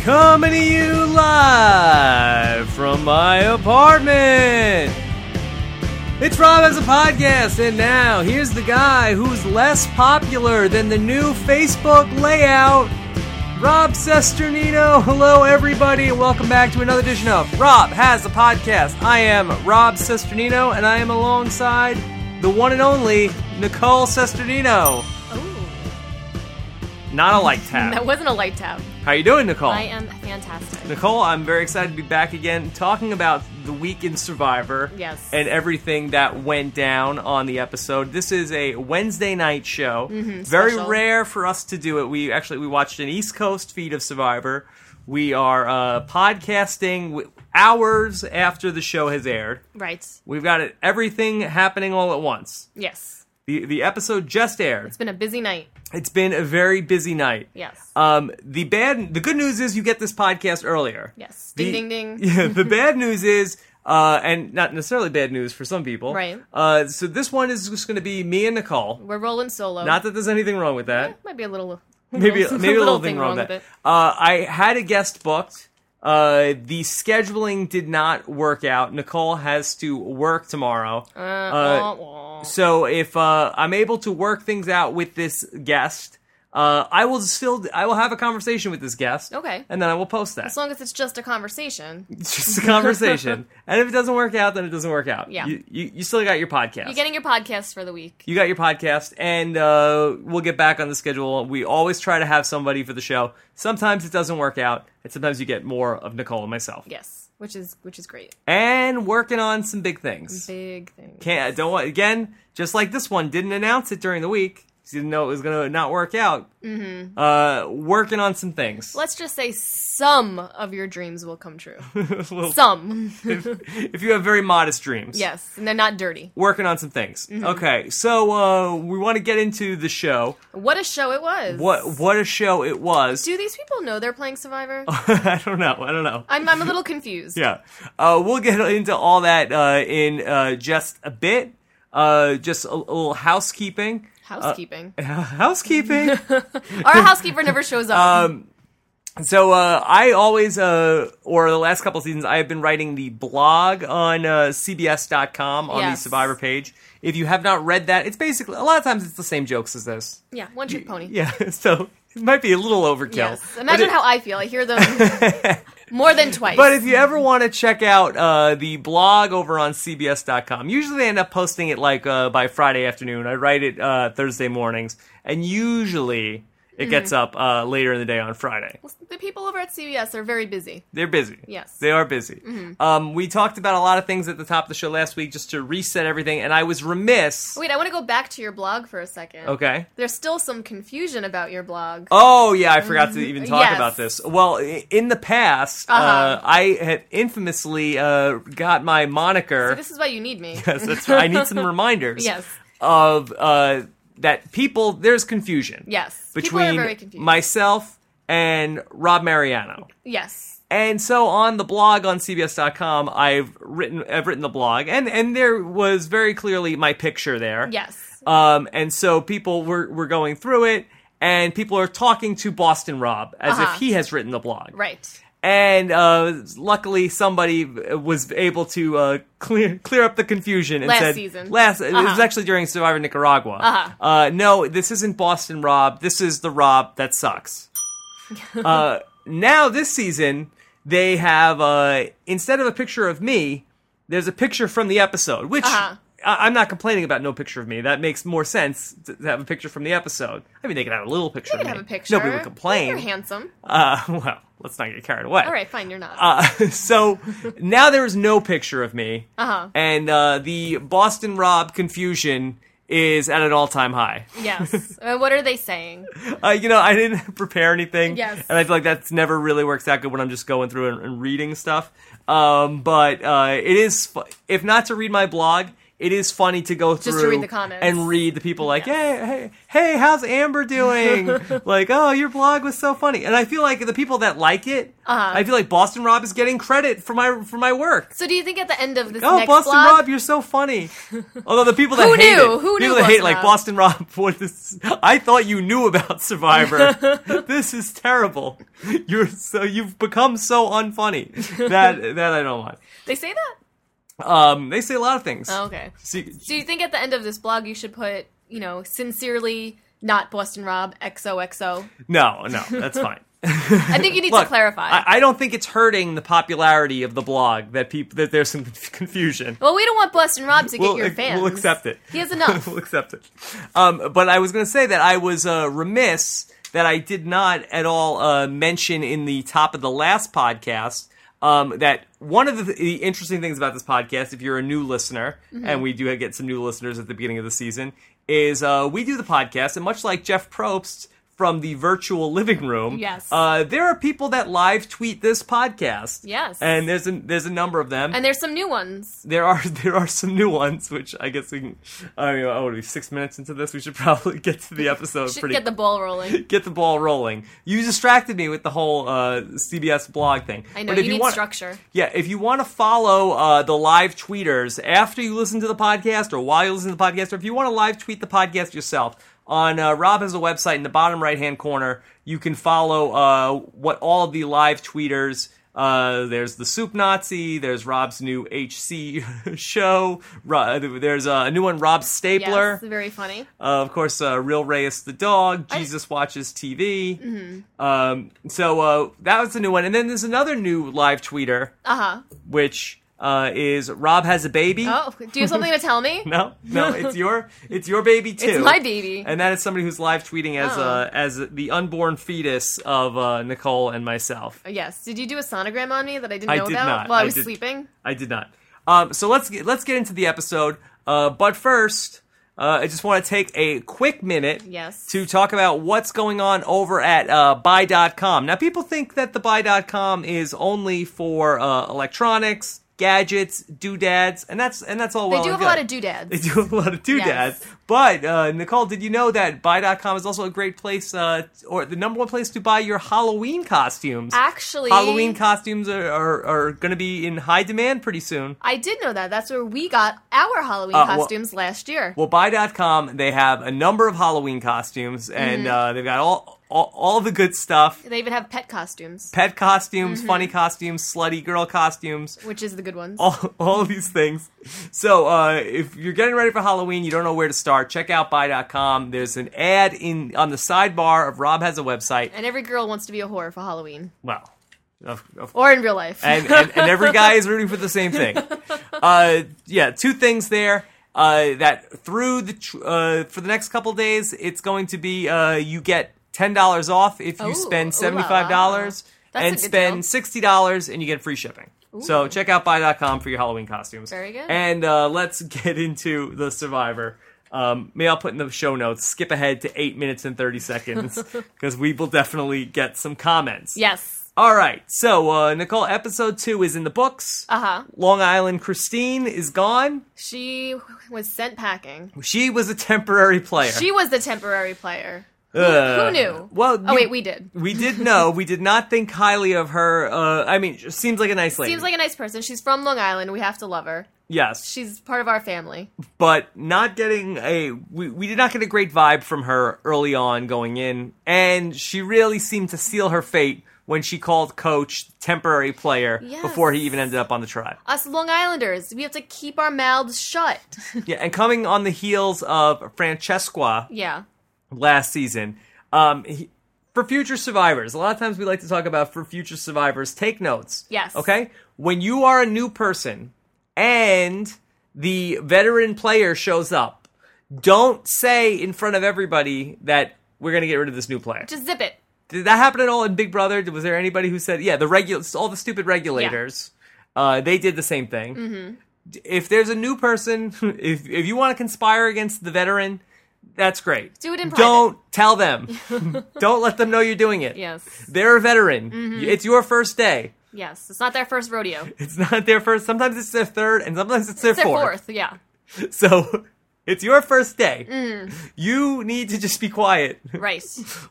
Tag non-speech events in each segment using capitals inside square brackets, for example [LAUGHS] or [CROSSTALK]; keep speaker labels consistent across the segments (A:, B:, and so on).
A: Coming to you live from my apartment. It's Rob as a podcast, and now here's the guy who's less popular than the new Facebook layout, Rob Sesternino. Hello, everybody, and welcome back to another edition of Rob Has a Podcast. I am Rob Sesternino, and I am alongside the one and only Nicole Sesternino.
B: Oh,
A: Not a light tap.
B: that wasn't a light tap.
A: How you doing, Nicole?
B: I am fantastic.
A: Nicole, I'm very excited to be back again talking about the week in Survivor.
B: Yes.
A: And everything that went down on the episode. This is a Wednesday night show. very
B: Mm-hmm. special.
A: rare for us to do it. We actually we watched an East Coast feed of Survivor. We are uh, podcasting w- hours after the show has aired.
B: Right.
A: We've got it, everything happening all at once.
B: Yes.
A: The the episode just aired.
B: It's been a busy night.
A: It's been a very busy night.
B: Yes.
A: Um, the bad, the good news is you get this podcast earlier.
B: Yes. Ding,
A: The-
B: ding, ding.
A: [LAUGHS] Yeah. The bad news is, uh, and not necessarily bad news for some people.
B: Right.
A: Uh, so this one is just going to be me and Nicole.
B: We're rolling solo.
A: Not that there's anything wrong with that.
B: might be a little.
A: [LAUGHS] Maybe
B: [LAUGHS]
A: maybe a little thing wrong with that. Uh, I had a guest booked. Uh, the scheduling did not work out. Nicole has to work tomorrow.
B: Uh, wah, wah.
A: So if uh, I'm able to work things out with this guest, uh, I will still I will have a conversation with this guest.
B: Okay.
A: And then I will post that.
B: As long as it's just a conversation,
A: It's [LAUGHS] just a conversation. and if it doesn't work out, then it doesn't work out.
B: Yeah.
A: You you, you still got your podcast.
B: you're getting your podcast for the week.
A: You got your podcast, and uh, we'll get back on the schedule. We always try to have somebody for the show. Sometimes it doesn't work out, and sometimes you get more of Nicole and myself.
B: Yes, which is which is great.
A: And working on some big things.
B: Big thing.
A: Can't I don't want again. Just like this one, didn't announce it during the week. 'cause Didn't know it was gonna not work out. Mm-hmm. Uh, working on some things. [LAUGHS]
B: Let's just say some of your dreams will come true.
A: Well,
B: some.
A: [LAUGHS]
B: [LAUGHS]
A: if you have very modest dreams,
B: yes, and they're not dirty.
A: working on some things.
B: Mm-hmm.
A: Okay, so uh, we want to get into the show.
B: What a show it was.
A: What what a show it was!
B: Do these people know they're playing Survivor?
A: [LAUGHS] I don't know. I don't know.
B: I'm, I'm a little confused.
A: Yeah, uh, we'll get into all that uh, in uh, just a bit. Uh, just a, a little housekeeping. [LAUGHS]
B: Housekeeping.
A: Housekeeping.
B: [LAUGHS] Our housekeeper never shows up.
A: Um, so uh, I always, uh, or the last couple seasons, I have been writing the blog on uh, CBS.com on
B: Yes.
A: the Survivor page. If you have not read that, it's basically a lot of times it's the same jokes as this. [LAUGHS]
B: yeah, one trick pony.
A: Yeah, [LAUGHS] so it might be a little overkill.
B: Yes.
A: but
B: Imagine
A: it-
B: how I feel. I hear
A: [LAUGHS]
B: them more than twice.
A: But if you ever want to check out uh, the blog over on CBS.com, usually they end up posting it like uh, by Friday afternoon. I write it uh, Thursday mornings, and usually
B: Mm-hmm.
A: it gets up uh, later in the day on Friday.
B: the people over at CBS are very busy.
A: They're busy.
B: Yes. Mm-hmm.
A: They are busy. Um, we talked about a lot of things at the top of the show last week just to reset everything, and I was remiss.
B: Wait, I want to go back to your blog for a second.
A: Okay.
B: There's still some confusion about your blog.
A: Oh yeah, I forgot to even talk
B: Mm-hmm. Yes.
A: about this. Well, i- in the past, uh
B: Uh-huh.
A: I had infamously uh, got my moniker.
B: This is why you need me.
A: [LAUGHS] Yes,
B: [LAUGHS]
A: that's right. I need some reminders.
B: Yes.
A: Of uh, that people, there's confusion.
B: Yes. People are
A: Between
B: very confused.
A: myself and Rob Mariano.
B: yes.
A: And so on the blog on CBS.com, I've written, I've written the blog, and and there was very clearly my picture there.
B: Yes.
A: Um, and so people were were going through it, and people are talking to Boston Rob as
B: Uh-huh.
A: if he has written the blog.
B: Right.
A: And uh, luckily, somebody was able to uh, clear clear up the confusion. And
B: Last
A: said,
B: season.
A: last it was
B: Uh-huh.
A: actually during Survivor Nicaragua.
B: Uh-huh.
A: Uh, no, this isn't Boston Rob. This is the Rob that
B: [LAUGHS]
A: sucks. uh, now this season, they have uh, instead of a picture of me, there's a picture from the episode, which.
B: Uh-huh.
A: I- I'm not complaining about no picture of me. That makes more sense to to have a picture from the episode. I mean, they could have a little picture.
B: You can
A: of
B: have
A: me.
B: a picture.
A: Nobody would
B: You're
A: complain.
B: handsome.
A: Uh, [LAUGHS] well, let's not get carried away.
B: All right, fine, you're not.
A: Uh, [LAUGHS] so now there is no picture of me,
B: Uh-huh.
A: and uh, the Boston Rob confusion is at an all-time high. [LAUGHS]
B: yes. Uh, what are they saying?
A: Uh, you know, I didn't [LAUGHS] prepare anything,
B: Yes.
A: and I feel like that's never really works out good when I'm just going through and, and reading stuff. Um, but uh, it is, fu- if not to read my blog, it is funny to go through
B: to read the comments.
A: and read the people like, hey, hey, hey, how's Amber
B: [LAUGHS]
A: doing? like, oh, your blog was so funny. And I feel like the people that like it,
B: Uh-huh.
A: I feel like Boston Rob is getting credit for my for my work.
B: So do you think at the end of this
A: Oh,
B: next
A: Boston
B: blog,
A: Rob, you're so
B: [LAUGHS]
A: funny. Although the people that
B: Who
A: hate
B: knew?
A: it,
B: Who knew
A: people that hate it,
B: Boston
A: like
B: Rob?
A: Boston Rob, [LAUGHS] what this? I thought you knew about Survivor.
B: [LAUGHS]
A: this is terrible. You're so you've become so unfunny
B: [LAUGHS]
A: that that I don't want.
B: they say that?
A: Um, they say a lot of things.
B: Oh, okay.
A: See,
B: Do you think at the end of this blog you should put, you know, sincerely not Boston Rob XOXO?
A: no, no,
B: [LAUGHS]
A: that's fine.
B: I think you need
A: [LAUGHS] Look,
B: to clarify.
A: I, I don't think it's hurting the popularity of the blog that people that there's some [LAUGHS] confusion.
B: well, we don't want Boston Rob to
A: We'll,
B: get your
A: ac-
B: fans.
A: we'll accept it.
B: He has
A: [LAUGHS]
B: enough.
A: we'll accept it. Um, but I was going to say that I was uh, remiss that I did not at all uh, mention in the top of the last podcast um, that one of the, the interesting things about this podcast, if you're a new listener,
B: Mm-hmm.
A: and we do get some new listeners at the beginning of the season, is uh, we do the podcast, and much like Jeff Probst. From the virtual living room,
B: Yes.
A: Uh, there are people that live tweet this podcast,
B: Yes.
A: and there's a, there's a number of them,
B: and there's some new ones.
A: there are [LAUGHS] there are some new ones, which I guess we can. I mean, oh, are we six minutes into this? We should probably [LAUGHS] get to
B: [LAUGHS]
A: the episode.
B: Should
A: pretty
B: get the ball rolling.
A: get the ball rolling. You distracted me with the whole uh, CBS blog thing.
B: I know
A: But if
B: you need
A: want,
B: structure.
A: yeah, if you want to follow uh, the live tweeters after you listen to the podcast or while you listen to the podcast, or if you want to live tweet the podcast yourself, on uh, Rob has a website in the bottom right hand corner. You can follow uh, what all of the live tweeters. Uh, there's the Soup Nazi. There's Rob's new HC [LAUGHS] show. Ro- there's a new one, Rob Stapler.
B: Yes, very funny.
A: Uh, of course, uh, Real Reyes the dog. Jesus watches TV.
B: Mm-hmm.
A: Um, so uh, that was the new one. And then there's another new live tweeter,
B: Uh huh.
A: which uh, is Rob has a baby.
B: Oh, do you have something to tell me?
A: [LAUGHS] No, no, it's
B: [LAUGHS]
A: your it's your baby too.
B: It's my baby.
A: And that is somebody who's live tweeting as
B: Oh.
A: uh, as the unborn fetus of uh, Nicole and myself.
B: Yes. Did you do a sonogram on me that I didn't
A: I
B: know
A: did
B: about
A: not.
B: while I
A: I
B: was
A: did-
B: sleeping?
A: I did not. Um, so let's get, let's get into the episode. Uh, but first, uh, I just want to take a quick minute
B: Yes.
A: to talk about what's going on over at uh, buy.com. Now, people think that the buy.com is only for uh, electronics, gadgets, doodads, and that's and that's all
B: They
A: well
B: do
A: and
B: have a
A: good.
B: lot of doodads.
A: They do have a lot of doodads.
B: Yes.
A: But, uh, Nicole, did you know that buy.com is also a great place, uh, or the number one place to buy your Halloween costumes?
B: Actually,
A: Halloween costumes are, are, are going to be in high demand pretty soon.
B: I did know that. That's where we got our Halloween
A: well-
B: costumes last year.
A: Well, buy.com, they have a number of Halloween costumes, and uh, they've got all, all, all the good stuff
B: they even have pet costumes,
A: pet costumes, funny costumes, slutty girl costumes. [LAUGHS]
B: which is the good ones.
A: all, all of these things. So uh, if you're getting ready for Halloween, you don't know where to start, check out buy.com. There's an ad in on the sidebar of Rob has a website.
B: and every girl wants to be a whore for Halloween
A: Well, of, of,
B: or in real life.
A: [LAUGHS] and, and, and every guy is rooting for the same thing. Uh, yeah, two things there. Uh, that through the tr- uh, for the next couple days, it's going to be uh, you get ten dollars off if you
B: Ooh,
A: spend
B: ooh la
A: seventy
B: la.
A: five dollars
B: That's a
A: and
B: good
A: spend
B: deal.
A: sixty dollars and you get free shipping. So check out buy.com for your Halloween costumes.
B: Very good.
A: And uh, let's get into the Survivor. Um, maybe I'll put in the show notes. Skip ahead to eight minutes and thirty
B: [LAUGHS]
A: seconds because we will definitely get some comments.
B: yes.
A: All right, so uh, Nicole, episode two is in the books.
B: Uh huh.
A: Long Island Christine is gone.
B: She was sent packing.
A: She was a temporary player.
B: She was the temporary player.
A: Ugh.
B: Who knew?
A: Well,
B: oh
A: you-
B: wait, we did.
A: we did know. We did not think highly of her. Uh, I mean, she seems like a nice lady.
B: Seems like a nice person. She's from Long Island. We have to love her.
A: yes,
B: She's part of our family.
A: but not getting a. We, we did not get a great vibe from her early on going in, and she really seemed to seal her fate when she called coach temporary player
B: Yes.
A: before he even ended up on the tribe.
B: Us Long Islanders, we have to keep our
A: [LAUGHS]
B: mouths shut.
A: Yeah, and coming on the heels of Francesqua
B: yeah.
A: last season. Um, he, for future survivors, a lot of times we like to talk about for future survivors, take notes.
B: Yes.
A: Okay? When you are a new person and the veteran player shows up, don't say in front of everybody that we're going to get rid of this new player.
B: Just zip it.
A: Did that happen at all in Big Brother? Did- Was there anybody who said, yeah, the regu- all the stupid regulators, uh, they did the same thing.
B: Mm-hmm.
A: D- If there's a new person, [LAUGHS] if, if you want to conspire against the veteran, that's great.
B: Do it in private.
A: Don't tell
B: [LAUGHS]
A: them. Don't let them know you're doing it.
B: Yes.
A: They're a veteran.
B: Mm-hmm.
A: It's your first day.
B: Yes. It's not their first rodeo.
A: [LAUGHS] It's not their first. Sometimes it's their third, and sometimes it's their
B: It's their
A: fourth. [LAUGHS]
B: fourth, Mm. yeah.
A: So it's your first day. You need to just be quiet.
B: Right.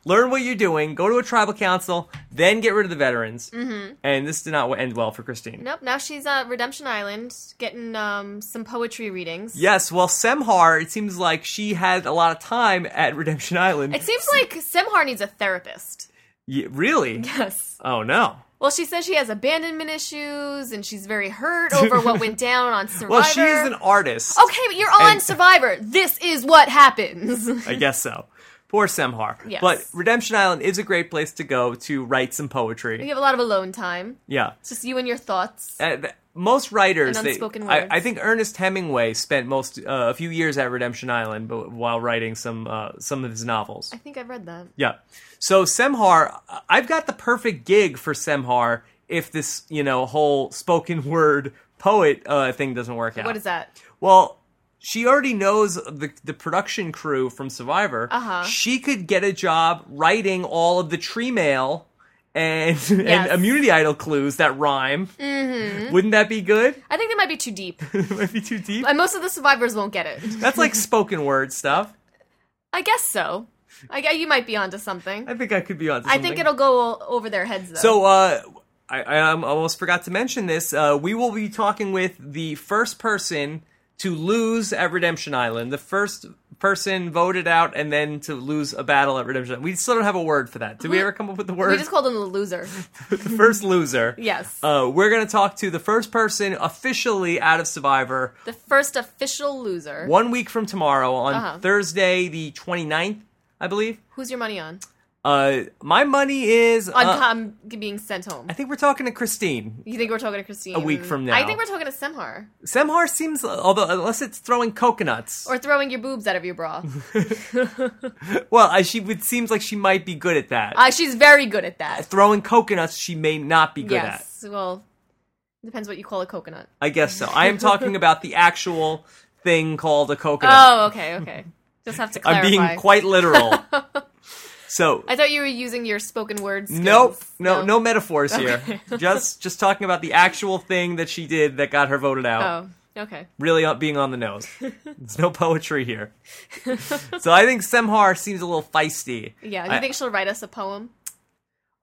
A: Learn what you're doing. Go to a tribal council. Then get rid of the veterans. Mm-hmm. And this did not end well for Christine.
B: Nope. Now she's at Redemption Island getting um, some poetry readings.
A: Yes, well, Semhar, it seems like she had a lot of time at [LAUGHS] Redemption Island.
B: It seems like Semhar needs a therapist.
A: Ye- really?
B: Yes.
A: Oh, no.
B: Well, she says she has abandonment issues and she's very hurt over
A: [LAUGHS]
B: what went down on Survivor.
A: Well, she is an artist.
B: Okay, but you're on
A: And-
B: Survivor. This is what happens. [LAUGHS]
A: I guess so. Poor Semhar.
B: Yes.
A: But Redemption Island is a great place to go to write some poetry.
B: you have a lot of alone time.
A: Yeah.
B: It's just you and your thoughts.
A: Uh, th- most writers,
B: And
A: they-
B: unspoken
A: I,
B: words.
A: I think Ernest Hemingway spent most uh, a few years at Redemption Island, but while writing some uh, some of his novels.
B: I think I've read that.
A: Yeah. So Semhar, I- I've got the perfect gig for Semhar if this you know whole spoken [LAUGHS] word poet uh, thing doesn't work out.
B: What is that?
A: Well, she already knows the the production crew from Survivor.
B: Uh-huh.
A: She could get a job writing all of the tree mail and [LAUGHS] and
B: Yes. Mm-hmm.
A: immunity idol clues that rhyme. Wouldn't that be good? [LAUGHS]
B: I think that might be too deep.
A: it might be too deep.
B: and most of the survivors won't get it.
A: That's like spoken word stuff.
B: I guess so. I, I- you might be onto something.
A: I think I could be on.
B: I think it'll go o- over their heads though.
A: So, uh, I, I um, almost forgot to mention this. Uh, we will be talking with the first person to lose at Redemption Island, the first person voted out, and then to lose a battle at Redemption. Island. We still don't have a word for that. Did we ever come up with the
B: we
A: word?
B: just called him the loser.
A: [LAUGHS] the first loser.
B: [LAUGHS] Yes.
A: Uh, we're gonna talk to the first person officially out of Survivor
B: the first official loser.
A: one week from tomorrow on
B: Uh-huh.
A: Thursday, the 29th, I believe.
B: Who's your money on?
A: Uh, my money is
B: On
A: uh,
B: com- being sent home.
A: I think we're talking to Christine.
B: You think we're talking to Christine?
A: A week from now.
B: I think we're talking to Semhar.
A: Semhar seems, although unless it's throwing coconuts.
B: Or throwing your boobs out of
A: [LAUGHS]
B: your bra.
A: well, I, she it seems like she might be good at that.
B: uh, she's very good at that.
A: throwing coconuts, she may not be good at.
B: yes. Well, depends what you call a coconut.
A: I guess so. I am
B: [LAUGHS]
A: talking about the actual thing called a coconut.
B: Oh,
A: [LAUGHS]
B: okay, okay. Just have to
A: I'm
B: clarify.
A: being quite
B: [LAUGHS]
A: literal. so
B: I thought you were using your spoken words.
A: nope, no, no, metaphors here. just just talking about the actual thing that she did that got her voted out.
B: Oh, okay.
A: really up being on the
B: [LAUGHS]
A: nose. There's no poetry here. so I think Semhar seems a little feisty.
B: Yeah, do you
A: I-
B: think she'll write us
A: [LAUGHS]
B: a poem?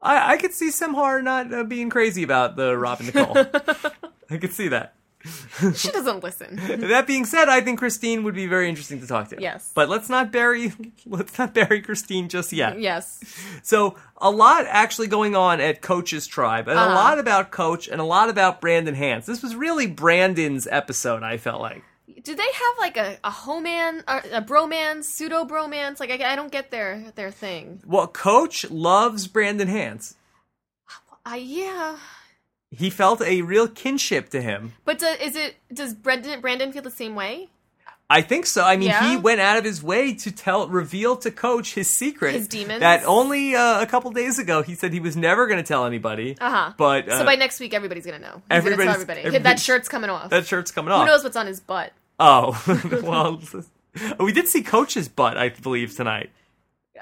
A: I, I could see Semhar not uh, being crazy about the Robin Nicole. I could see that.
B: She doesn't listen.
A: That being said, I think Christine would be very interesting to talk to.
B: Yes.
A: But let's not bury [LAUGHS] let's not bury Christine just yet.
B: yes.
A: So a lot actually going on at Coach's tribe, and a
B: Uh-huh.
A: lot about Coach and a lot about Brandon Hans. This was really Brandon's episode, I felt like.
B: Do they have like a a homan, a, a bromance, pseudo bromance? Like I, I don't get their their thing.
A: Well, Coach loves Brandon Hans.
B: I Uh, yeah.
A: He felt a real kinship to him.
B: But do, is it does Brendan Brandon feel the same way?
A: I think so. I mean,
B: Yeah?
A: he went out of his way to tell, reveal to Coach his secret.
B: His demons?
A: That only uh, a couple days ago he said he was never going to tell anybody.
B: Uh-huh.
A: But uh,
B: so by next week, everybody's gonna know. He's gonna
A: everybody's-
B: tell everybody. Hit that
A: everybody's-
B: shirt's coming off.
A: that shirt's coming
B: Who
A: off.
B: knows what's on his butt?
A: Oh, [LAUGHS] well, we did see Coach's butt, I believe, tonight.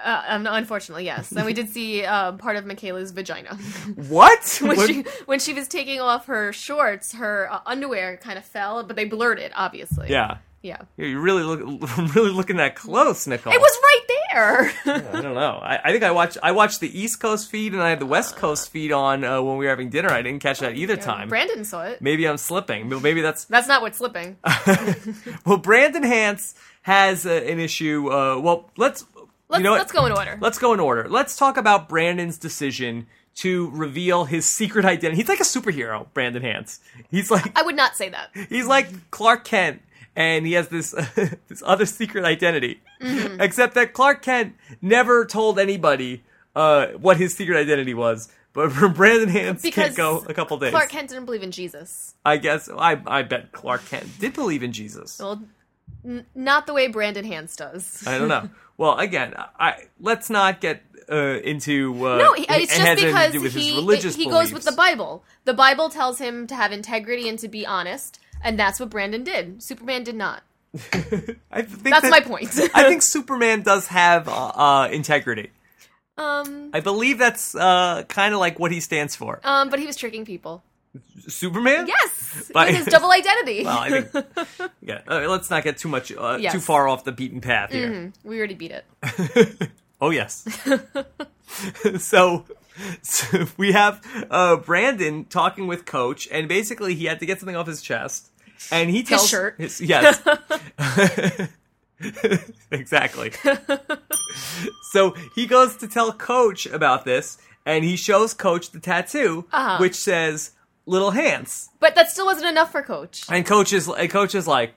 B: Uh, um, unfortunately, yes. And we did see uh, part of Michaela's vagina [LAUGHS]
A: What?
B: when
A: What-
B: she when she was taking off her shorts. Her uh, underwear kind of fell, but they blurred it, obviously.
A: Yeah.
B: yeah.
A: You're really, look, [LAUGHS] really looking that close, Nicole.
B: It was right there.
A: I don't know. I, I think I watched. I watched the East Coast feed and I had the West Coast feed on uh, when we were having dinner. I didn't catch that either time.
B: Brandon saw it.
A: Maybe I'm slipping. Maybe that's
B: That's not
A: [LAUGHS]
B: what's slipping.
A: Well, Brandon Hance has uh, an issue. Uh, well, let's,
B: Let's,
A: you know what?
B: let's go in order.
A: Let's go in order. Let's talk about Brandon's decision to reveal his secret identity. He's like a superhero, Brandon Hance. He's like
B: I would not say that.
A: he's like Clark Kent, and he has this [LAUGHS] this other secret identity.
B: Mm-hmm.
A: Except that Clark Kent never told anybody uh, what his secret identity was. But [LAUGHS] Brandon Hance
B: Because
A: can't go a couple days.
B: Clark Kent didn't believe in Jesus.
A: I guess I I bet Clark Kent did believe in Jesus.
B: Well, n- not the way Brandon Hans does.
A: I don't
B: [LAUGHS]
A: know. Well, again, I let's not get uh, into uh,
B: No, he,
A: it-
B: it's
A: it
B: just
A: has anything
B: because
A: to do with
B: he
A: his religious
B: he goes with
A: beliefs.
B: the Bible. The Bible tells him to have integrity and to be honest, and that's what Brandon did. Superman did not.
A: [LAUGHS] I think
B: That's
A: that-
B: my point.
A: [LAUGHS] I think Superman does have uh, uh, integrity.
B: um,
A: I believe that's uh, kind of like what he stands for.
B: um, but he was tricking people.
A: Superman? [LAUGHS]
B: Yes,
A: By-
B: with his double
A: [LAUGHS]
B: identity.
A: Well, I think, yeah. uh, let's not get too much, uh,
B: Yes. Mm-hmm.
A: too far off the beaten path here.
B: [LAUGHS] we already beat it.
A: Oh yes. [LAUGHS] so, so we have uh, Brandon talking with Coach, and basically he had to get something off his chest, and he tells
B: shirt.
A: his- yes. [LAUGHS]
B: [LAUGHS]
A: exactly. so he goes to tell Coach about this, and he shows Coach the tattoo,
B: Uh-huh.
A: which says "little hands,"
B: But that still wasn't enough for Coach.
A: and Coach is and Coach is like,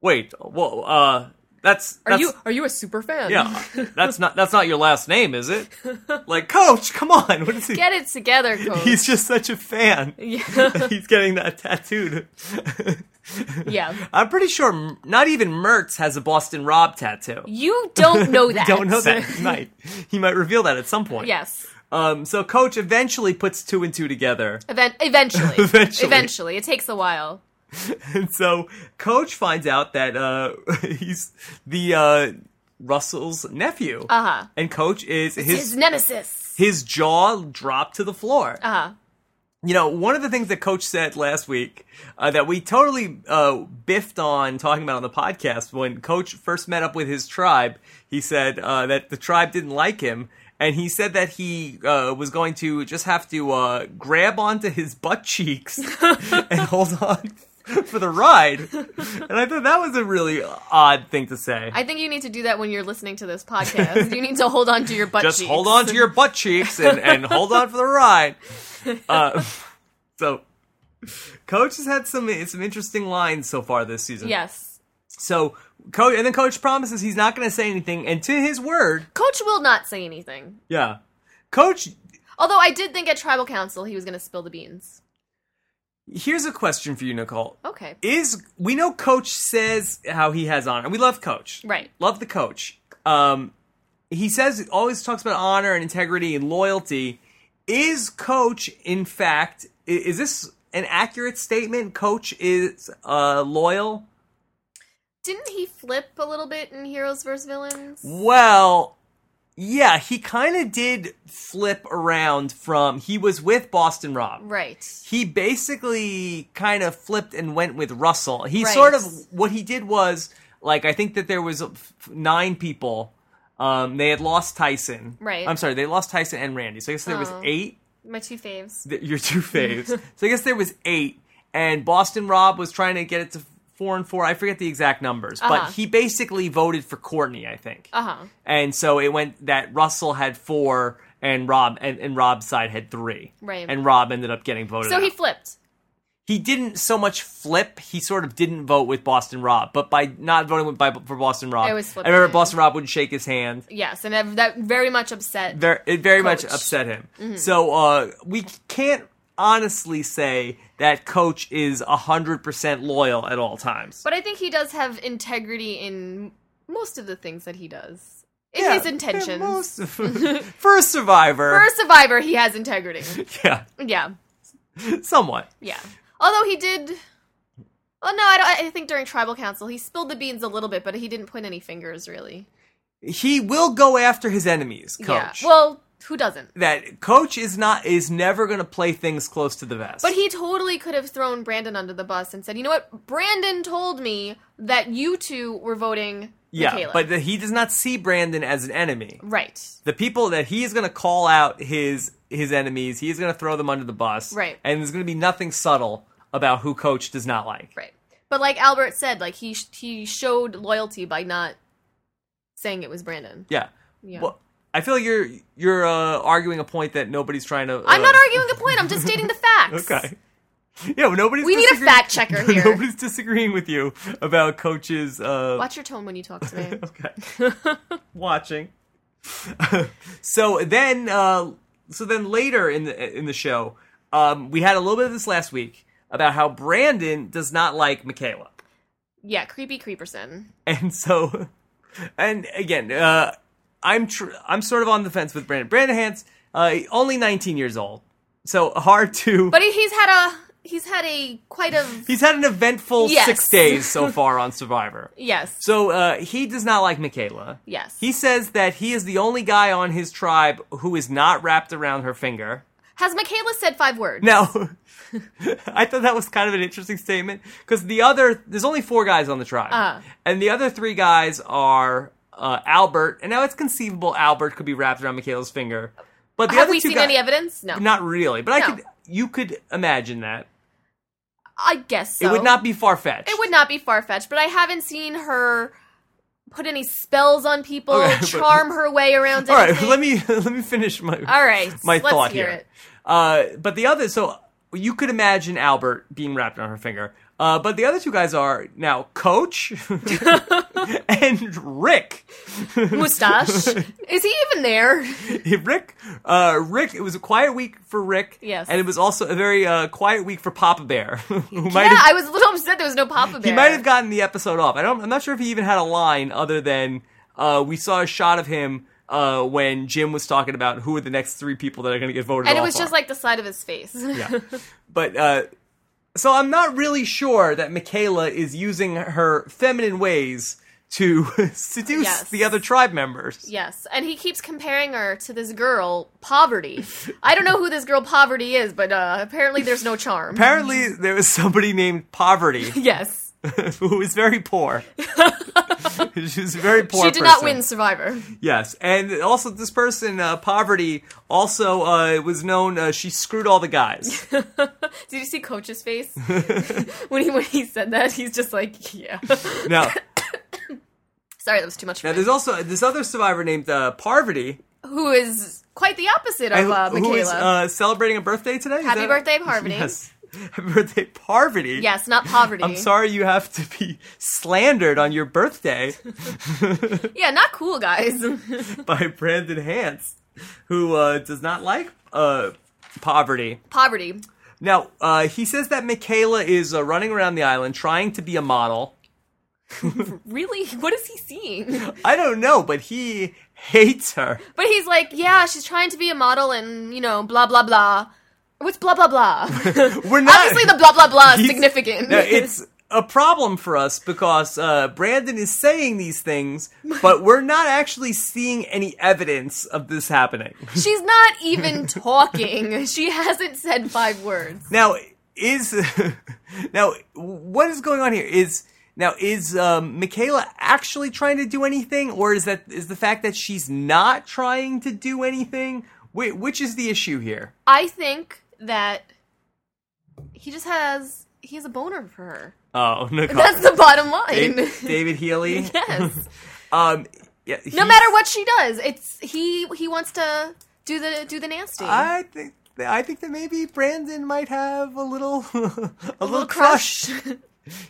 A: "Wait, whoa, uh, that's
B: Are
A: that's,
B: you are you a super fan?
A: yeah, that's not that's not your last name, is it? Like, coach, come on, what is he?
B: Get it together, Coach.
A: [LAUGHS] He's just such a fan.
B: [LAUGHS]
A: [LAUGHS]
B: yeah.
A: He's getting that tattooed. [LAUGHS]
B: yeah.
A: I'm pretty sure M- not even Mertz has a Boston Rob tattoo.
B: You
A: [LAUGHS]
B: don't know that.
A: Don't know
B: [LAUGHS]
A: that. He might he might reveal that at some point.
B: yes.
A: Um. So coach eventually puts two and two together,
B: Event- eventually.
A: [LAUGHS] Eventually.
B: Eventually. It takes a while.
A: and so coach finds out that uh [LAUGHS] he's the uh Russell's nephew.
B: Uh huh.
A: And coach is
B: His,
A: his
B: nemesis.
A: his jaw dropped to the floor.
B: Uh huh.
A: You know, one of the things that Coach said last week uh, that we totally uh, biffed on talking about on the podcast when Coach first met up with his tribe, he said uh, that the tribe didn't like him. And he said that he uh, was going to just have to uh, grab onto his butt cheeks and hold on for the ride. And I thought that was a really odd thing to say.
B: I think you need to do that when you're listening to this podcast. you need to hold on to your butt
A: just
B: cheeks.
A: hold on to your butt cheeks and, and hold on for the ride. Uh, so, Coach has had some some interesting lines so far this season.
B: [LAUGHS] Yes.
A: So, Coach, and then Coach promises he's not going to say anything, and to his word,
B: Coach will not say anything.
A: yeah, Coach.
B: Although I did think at tribal council he was going to spill the beans.
A: Here's a question for you, Nicole.
B: Okay.
A: Is we know Coach says how he has honor, and we love Coach.
B: Right.
A: Love the coach. Um, he says always talks about honor and integrity and loyalty. Is coach in fact i- is this an accurate statement? Coach is uh, loyal.
B: Didn't he flip a little bit in Heroes vs. Villains?
A: Well, yeah, he kind of did flip around from he was with Boston Rob.
B: Right.
A: he basically kind of flipped and went with Russell. He
B: Right.
A: sort of what he did was like I think that there was uh, f- nine people. Um, they had lost Tyson.
B: Right.
A: I'm sorry, they lost Tyson and Randy. So I guess there was
B: Oh.
A: eight.
B: My two faves.
A: th- Your
B: [LAUGHS]
A: two faves. so I guess there was eight, and Boston Rob was trying to get it to four and four. I forget the exact numbers,
B: Uh-huh.
A: but he basically voted for Courtney. I think.
B: Uh huh.
A: And so it went that Russell had four and Rob and, and Rob's side had three.
B: Right.
A: And Rob ended up getting voted.
B: So he
A: out
B: flipped.
A: he didn't so much flip. He sort of didn't vote with Boston Rob, but by not voting with, by, for Boston Rob,
B: It was
A: I remember
B: flipping.
A: Boston Rob wouldn't shake his hand.
B: Yes, and that- that very much upset.
A: Very, it very much
B: Coach. Mm-hmm.
A: upset him. So uh, we can't honestly say that Coach is hundred percent loyal at all times.
B: But I think he does have integrity in most of the things that he does. In
A: Yeah,
B: his intentions.
A: most [LAUGHS] of-
B: [LAUGHS]
A: for a survivor,
B: For a survivor, he has integrity.
A: [LAUGHS] yeah,
B: yeah,
A: somewhat.
B: yeah. Although he did. Oh no, I, don't, I think during tribal council he spilled the beans a little bit, but he didn't point any fingers really.
A: He will go after his enemies,
B: Yeah.
A: Coach.
B: Well, who doesn't?
A: that Coach is not is never going to play things close to the vest.
B: But he totally could have thrown Brandon under the bus and said, "You know what? Brandon told me that you two were voting
A: yeah,
B: Michaela."
A: but he does not see Brandon as an enemy.
B: right.
A: the people that he is going to call out his his enemies. He is going to throw them under the bus.
B: Right.
A: And there's going to be nothing subtle about who coach does not like.
B: Right. But like Albert said, like he sh- he showed loyalty by not saying it was Brandon.
A: Yeah.
B: Yeah.
A: Well, I feel like you're you're uh, arguing a point that nobody's trying to.
B: I'm
A: uh,
B: not arguing a point. I'm just
A: [LAUGHS]
B: stating the facts.
A: Okay. [LAUGHS] Yeah, well, nobody's.
B: We need a
A: disagreeing-
B: fact checker
A: [LAUGHS]
B: here.
A: Nobody's disagreeing with you about coaches. Uh,
B: Watch your tone when you
A: [LAUGHS]
B: talk today. [LAUGHS]
A: Okay. Watching. so then, uh, so then later in the in the show, um, we had a little bit of this last week about how Brandon does not like Michaela, [LAUGHS]
B: yeah, creepy creeperson.
A: and so, and again, uh, I'm tr- I'm sort of on the fence with Brandon. Brandon Hans, uh, only 19 years old, so hard to.
B: But he, he's had a he's had a quite a
A: he's had an eventful
B: Yes.
A: six days
B: [LAUGHS]
A: so far on Survivor.
B: yes.
A: So uh, he does not like Michaela.
B: Yes.
A: He says that he is the only guy on his tribe who is not wrapped around her finger.
B: Has Michaela said five words?
A: Now, [LAUGHS] I thought that was kind of an interesting statement because the other there's only four guys on the tribe,
B: Uh.
A: and the other three guys are uh, Albert, and now it's conceivable Albert could be wrapped around Michaela's finger, but the
B: Have
A: other
B: we
A: two
B: seen
A: guy-
B: any evidence? No.
A: Not really, but I
B: No.
A: could you could imagine that
B: I guess so.
A: it would not be far fetched.
B: It would not be far fetched, but I haven't seen her put any spells on people,
A: Okay, [LAUGHS] but-
B: charm her way around.
A: All right,
B: anything.
A: [LAUGHS] let me let me finish my
B: All right,
A: [LAUGHS] my
B: let's
A: thought
B: hear
A: here.
B: it.
A: Uh, but the other, so you could imagine Albert being wrapped on her finger. Uh, but the other two guys are now Coach [LAUGHS] and Rick. [LAUGHS]
B: Mustache. Is he even there?
A: Rick, uh, Rick. It was a quiet week for Rick.
B: Yes.
A: and it was also a very uh, quiet week for Papa Bear, [LAUGHS]
B: [LAUGHS]
A: who might
B: yeah,
A: have,
B: I was a little upset there was no Papa Bear.
A: he might have gotten the episode off. I don't. I'm not sure if he even had a line other than uh, we saw a shot of him uh, when Jim was talking about who are the next three people that are going to get voted.
B: and it
A: off
B: was
A: are.
B: just like the side of his face.
A: yeah. [LAUGHS] But uh, so I'm not really sure that Michaela is using her feminine ways to [LAUGHS] seduce
B: Yes.
A: the other tribe members.
B: yes, and he keeps comparing her to this girl,
A: [LAUGHS]
B: Poverty. I don't know who this girl Poverty is, but uh, apparently there's no charm.
A: Apparently, there was somebody named Poverty [LAUGHS]
B: yes,
A: who was very
B: [LAUGHS]
A: poor. she was a very poor.
B: she did not
A: person.
B: win Survivor. [LAUGHS]
A: Yes, and also this person, uh, Poverty, also uh, was known. Uh, she screwed all the guys.
B: [LAUGHS] Did you see
A: [LAUGHS]
B: Coach's face when he when he said that? He's just
A: [LAUGHS]
B: like, yeah.
A: now,
B: Sorry, that was too much. For
A: now
B: me.
A: there's also this other survivor named uh, Parvati,
B: Who is quite the opposite of uh,
A: who is
B: Michaela?
A: uh, celebrating a birthday today. Is
B: Happy
A: that-
B: birthday, Parvati. Yes.
A: Yes. [LAUGHS] Happy birthday, Parvati.
B: not poverty.
A: I'm sorry you have to be slandered on your
B: [LAUGHS]
A: birthday
B: Yeah, not cool, guys. [LAUGHS]
A: by Brandon Hance, who uh, does not like uh, poverty.
B: poverty.
A: Now, uh, he says that Michaela is uh, running around the island trying to be a model.
B: Really? What is
A: [LAUGHS]
B: he seeing?
A: I don't know, but he hates
B: [LAUGHS]
A: her.
B: But he's like, yeah, she's trying to be a model and, you know, blah, blah, blah. What's blah, blah,
A: [LAUGHS]
B: blah?
A: We're not.
B: Obviously, the blah, blah, blah is
A: He's- [LAUGHS]
B: significant. [LAUGHS]
A: No, it's a problem for us because uh, Brandon is saying these
B: [LAUGHS]
A: things, but we're not actually seeing any evidence of this happening.
B: She's not
A: [LAUGHS]
B: even talking. She hasn't said five words.
A: Now is [LAUGHS] now what is going on here? Is now is um, Michaela actually trying to do anything, or is that is the fact that she's not trying to do anything? Whi which is the issue here?
B: I think that he just has, he has a boner for her.
A: Oh, Nicole,
B: [LAUGHS] That's the bottom line.
A: David,
B: [LAUGHS]
A: David Healy.
B: yes.
A: [LAUGHS] Um, yeah,
B: No matter what she does, it's he he wants to do the do the nasty.
A: I think. that- I think that maybe Brandon might have a little, [LAUGHS] a, little, crush.
B: crush.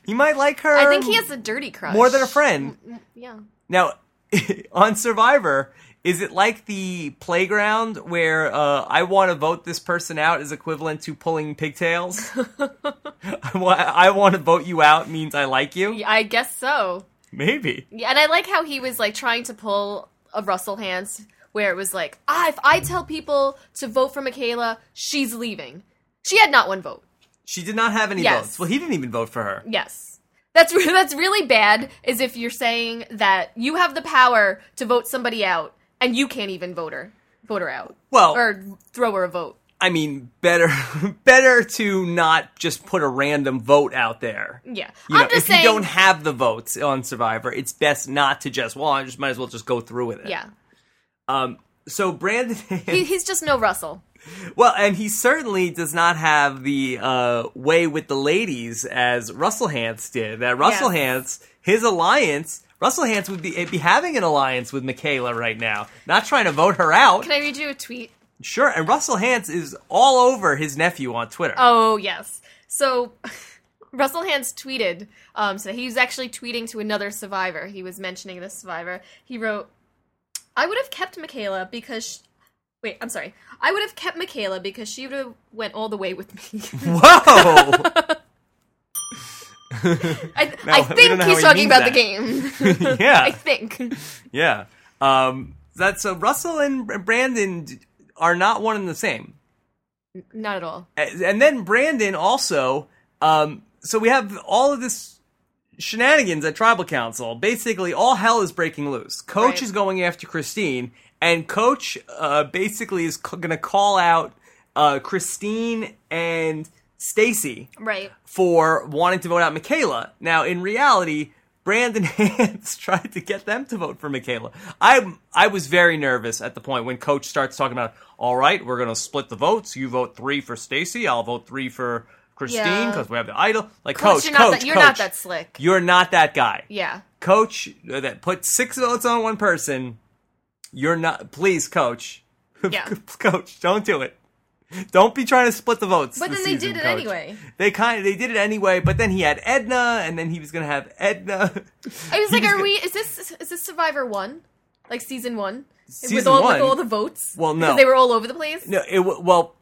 A: He might like her.
B: [LAUGHS] I think he has a dirty crush.
A: more than a friend.
B: Yeah. [LAUGHS]
A: Now, [LAUGHS] on Survivor, is it like the playground where uh, I want to vote this person out is equivalent to pulling pigtails? [LAUGHS] I, wa- I want to vote you out means I like you?
B: Yeah, I guess so.
A: Maybe.
B: Yeah, and I like how he was like trying to pull a Russell Hans where it was like, ah, if I tell people to vote for Michaela, she's leaving. She had not one vote.
A: She did not have any
B: Yes.
A: votes. Well, he didn't even vote for her.
B: Yes. That's re- [LAUGHS] that's really bad is if you're saying that you have the power to vote somebody out and you can't even vote her vote her out.
A: Well-
B: or throw her a vote.
A: I mean, better [LAUGHS] better to not just put a random vote out there.
B: Yeah.
A: You
B: I'm
A: know, if
B: just saying
A: you don't have the votes on Survivor, it's best not to just, well, I just might as well just go through with it.
B: Yeah.
A: Um, so Brandon [LAUGHS]
B: He, he's just no Russell.
A: Well, and he certainly does not have the uh, way with the ladies as Russell Hance did. That Russell
B: Yes.
A: Hance, his alliance, Russell Hance would be, be having an alliance with Michaela right now, not trying to vote her out.
B: Can I read you a tweet?
A: sure, and Russell Hance is all over his nephew on Twitter.
B: Oh yes. So [LAUGHS] Russell Hans tweeted. Um, so he was actually tweeting to another survivor. He was mentioning this survivor. He wrote, "I would have kept Michaela because." Sh- Wait, I'm sorry. I would have kept Michaela because she would have went all the way with
A: [LAUGHS]
B: me. [LAUGHS]
A: Whoa!
B: I,
A: we
B: I
A: don't
B: think
A: know how
B: he's
A: he
B: talking
A: means
B: about the
A: that.
B: game. [LAUGHS]
A: yeah.
B: I think.
A: Yeah. Um, that's so Russell and Br- Brandon d- are not one and the same.
B: Not at all.
A: and and then Brandon also. Um, so we have all of this shenanigans at tribal council. Basically, all hell is breaking loose. Coach
B: Right.
A: is going after Christine, and Coach uh, basically is c- going to call out uh, Christine and Stacy
B: Right.
A: for wanting to vote out Michaela. Now, in reality, Brandon [LAUGHS] Hands tried to get them to vote for Michaela. I I was very nervous at the point when Coach starts talking about, all right, we're going to split the votes. You vote three for Stacy. I'll vote three for Christine
B: Yeah.
A: because we have the idol. Like
B: Coach,
A: Coach,
B: you're,
A: Coach,
B: not that, you're not
A: Coach,
B: that slick.
A: You're not that guy.
B: yeah.
A: Coach uh, that put six votes on one person. You're not. Please, Coach. [LAUGHS]
B: Yeah.
A: coach, don't do it. Don't be trying to split the votes.
B: But
A: this
B: then they
A: season,
B: did it
A: Coach.
B: anyway.
A: They kind of they did it anyway, but then he had Edna, and then he was gonna have Edna. [LAUGHS]
B: I was
A: He
B: like, are
A: gonna-
B: we? Is this is this Survivor one, like season one, with
A: Season
B: all
A: one?
B: with all the votes?
A: Well, no.
B: because they were all over the place.
A: No, it, w- well,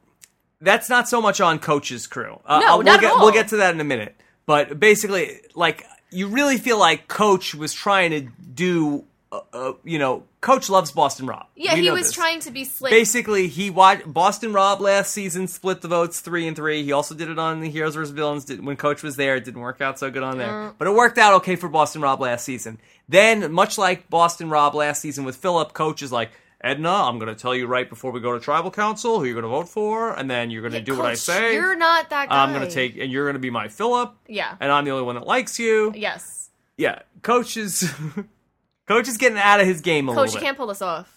A: that's not so much on Coach's crew. Uh,
B: No,
A: we'll
B: not at
A: get,
B: all.
A: We'll get to that in a minute. But basically, like you really feel like Coach was trying to do, uh, uh, you know, Coach loves Boston Rob.
B: yeah,
A: We
B: he
A: know
B: was
A: this.
B: trying to be slick.
A: Basically, he watched Boston Rob last season split the votes three and three. He also did it on the Heroes vs Villains did, when Coach was there. It didn't work out so good on there,
B: Yeah.
A: but it worked out okay for Boston Rob last season. Then, much like Boston Rob last season with Philip, Coach is like. Edna, I'm going to tell you right before we go to tribal council who you're going to vote for, and then you're going to
B: Yeah,
A: do what I
B: Coach,
A: say.
B: You're not that guy.
A: I'm going to take, and you're going to be my Philip,
B: Yeah.
A: and I'm the only one that likes you.
B: yes.
A: Yeah, Coach is, [LAUGHS] Coach is getting out of his game a
B: Coach,
A: little
B: you
A: bit.
B: can't pull this off.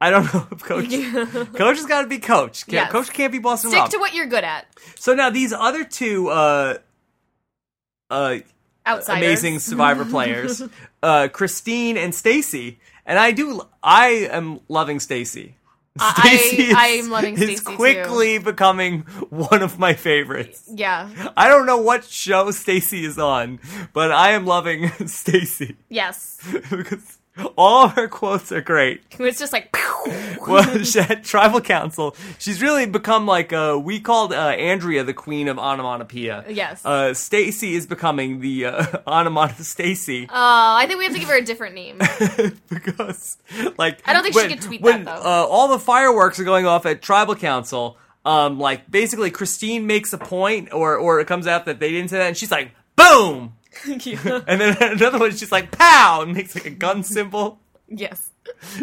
A: I don't know if
B: [LAUGHS]
A: Coach.
B: Stick
A: Coach has got to be coach. Can't,
B: Yes.
A: Coach can't be Boston Rob.
B: to what you're good at.
A: so now these other two uh, uh,
B: Outsiders.
A: amazing Survivor
B: [LAUGHS]
A: players, uh, Christine and Stacy, and I do. I am loving Stacy.
B: I-
A: Stacey
B: I am loving
A: is
B: Stacey, too.
A: quickly becoming one of my favorites.
B: Yeah.
A: I don't know what show Stacy is on, but I am loving [LAUGHS] Stacy
B: Yes.
A: because all of her quotes are great.
B: It's
A: [LAUGHS]
B: just like. [LAUGHS] Uh,
A: well, she had tribal council. She's really become like uh, we called uh, Andrea the queen of onomatopoeia.
B: Yes. Oh,
A: Uh, Stacy is becoming the uh, [LAUGHS] onomatopoeia
B: Uh,
A: Stacy
B: I think we have to give her a different name.
A: [LAUGHS] because, like,
B: I don't think she
A: when,
B: could tweet
A: when,
B: that, though.
A: Uh, all the fireworks are going off at tribal council. Um, like basically, Christine makes a point, or or it comes out that they didn't say that, and she's like, boom, and then [LAUGHS] another one, she's like, pow, and makes like a gun symbol. [LAUGHS]
B: yes.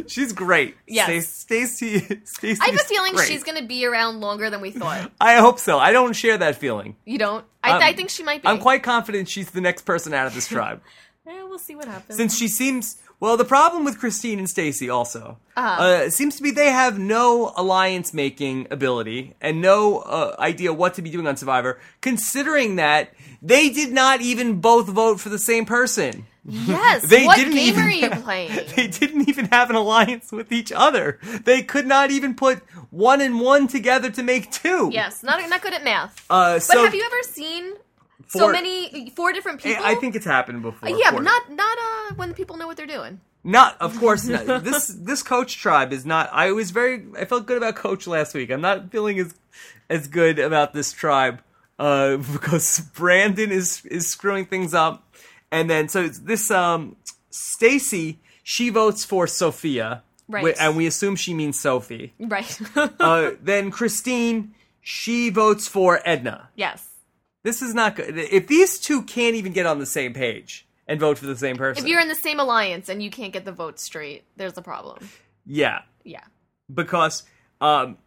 A: She's great.
B: Yes.
A: Stacy. Stacy.
B: I have a feeling she's going to be around longer than we thought.
A: I hope so. I don't share that feeling.
B: You don't? I,
A: Um,
B: I think she might be.
A: I'm quite confident she's the next person out of this
B: [LAUGHS]
A: tribe.
B: Eh, we'll see what happens.
A: Since she seems well, the problem with Christine and Stacy also
B: Uh-huh.
A: uh, seems to be they have no alliance making ability and no uh, idea what to be doing on Survivor. Considering that they did not even both vote for the same person,
B: yes.
A: they
B: what
A: didn't
B: game
A: even
B: are you
A: have-
B: playing?
A: [LAUGHS] They didn't even have an alliance with each other. They could not even put one and one together to make two.
B: [LAUGHS] yes. Not, not good at math.
A: Uh,
B: but
A: so
B: have you ever seen so
A: for-
B: many, four different people?
A: I I think it's happened before.
B: Yeah,
A: of
B: but
A: course.
B: not, not uh, when people know what they're doing.
A: Not,
B: [LAUGHS]
A: of course not. This this coach tribe is not. I was very. I felt good about coach last week. I'm not feeling as as good about this tribe uh, [LAUGHS] because Brandon is is screwing things up, and then so it's this um Stacy she votes for Sophia,
B: Right.
A: wi- and we assume she means Sophie.
B: Right. [LAUGHS]
A: Uh, then Christine she votes for Edna.
B: yes.
A: This is not good. If these two can't even get on the same page and vote for the same person,
B: If you're in the same alliance and you can't get the vote straight, there's a problem.
A: yeah.
B: Yeah.
A: because um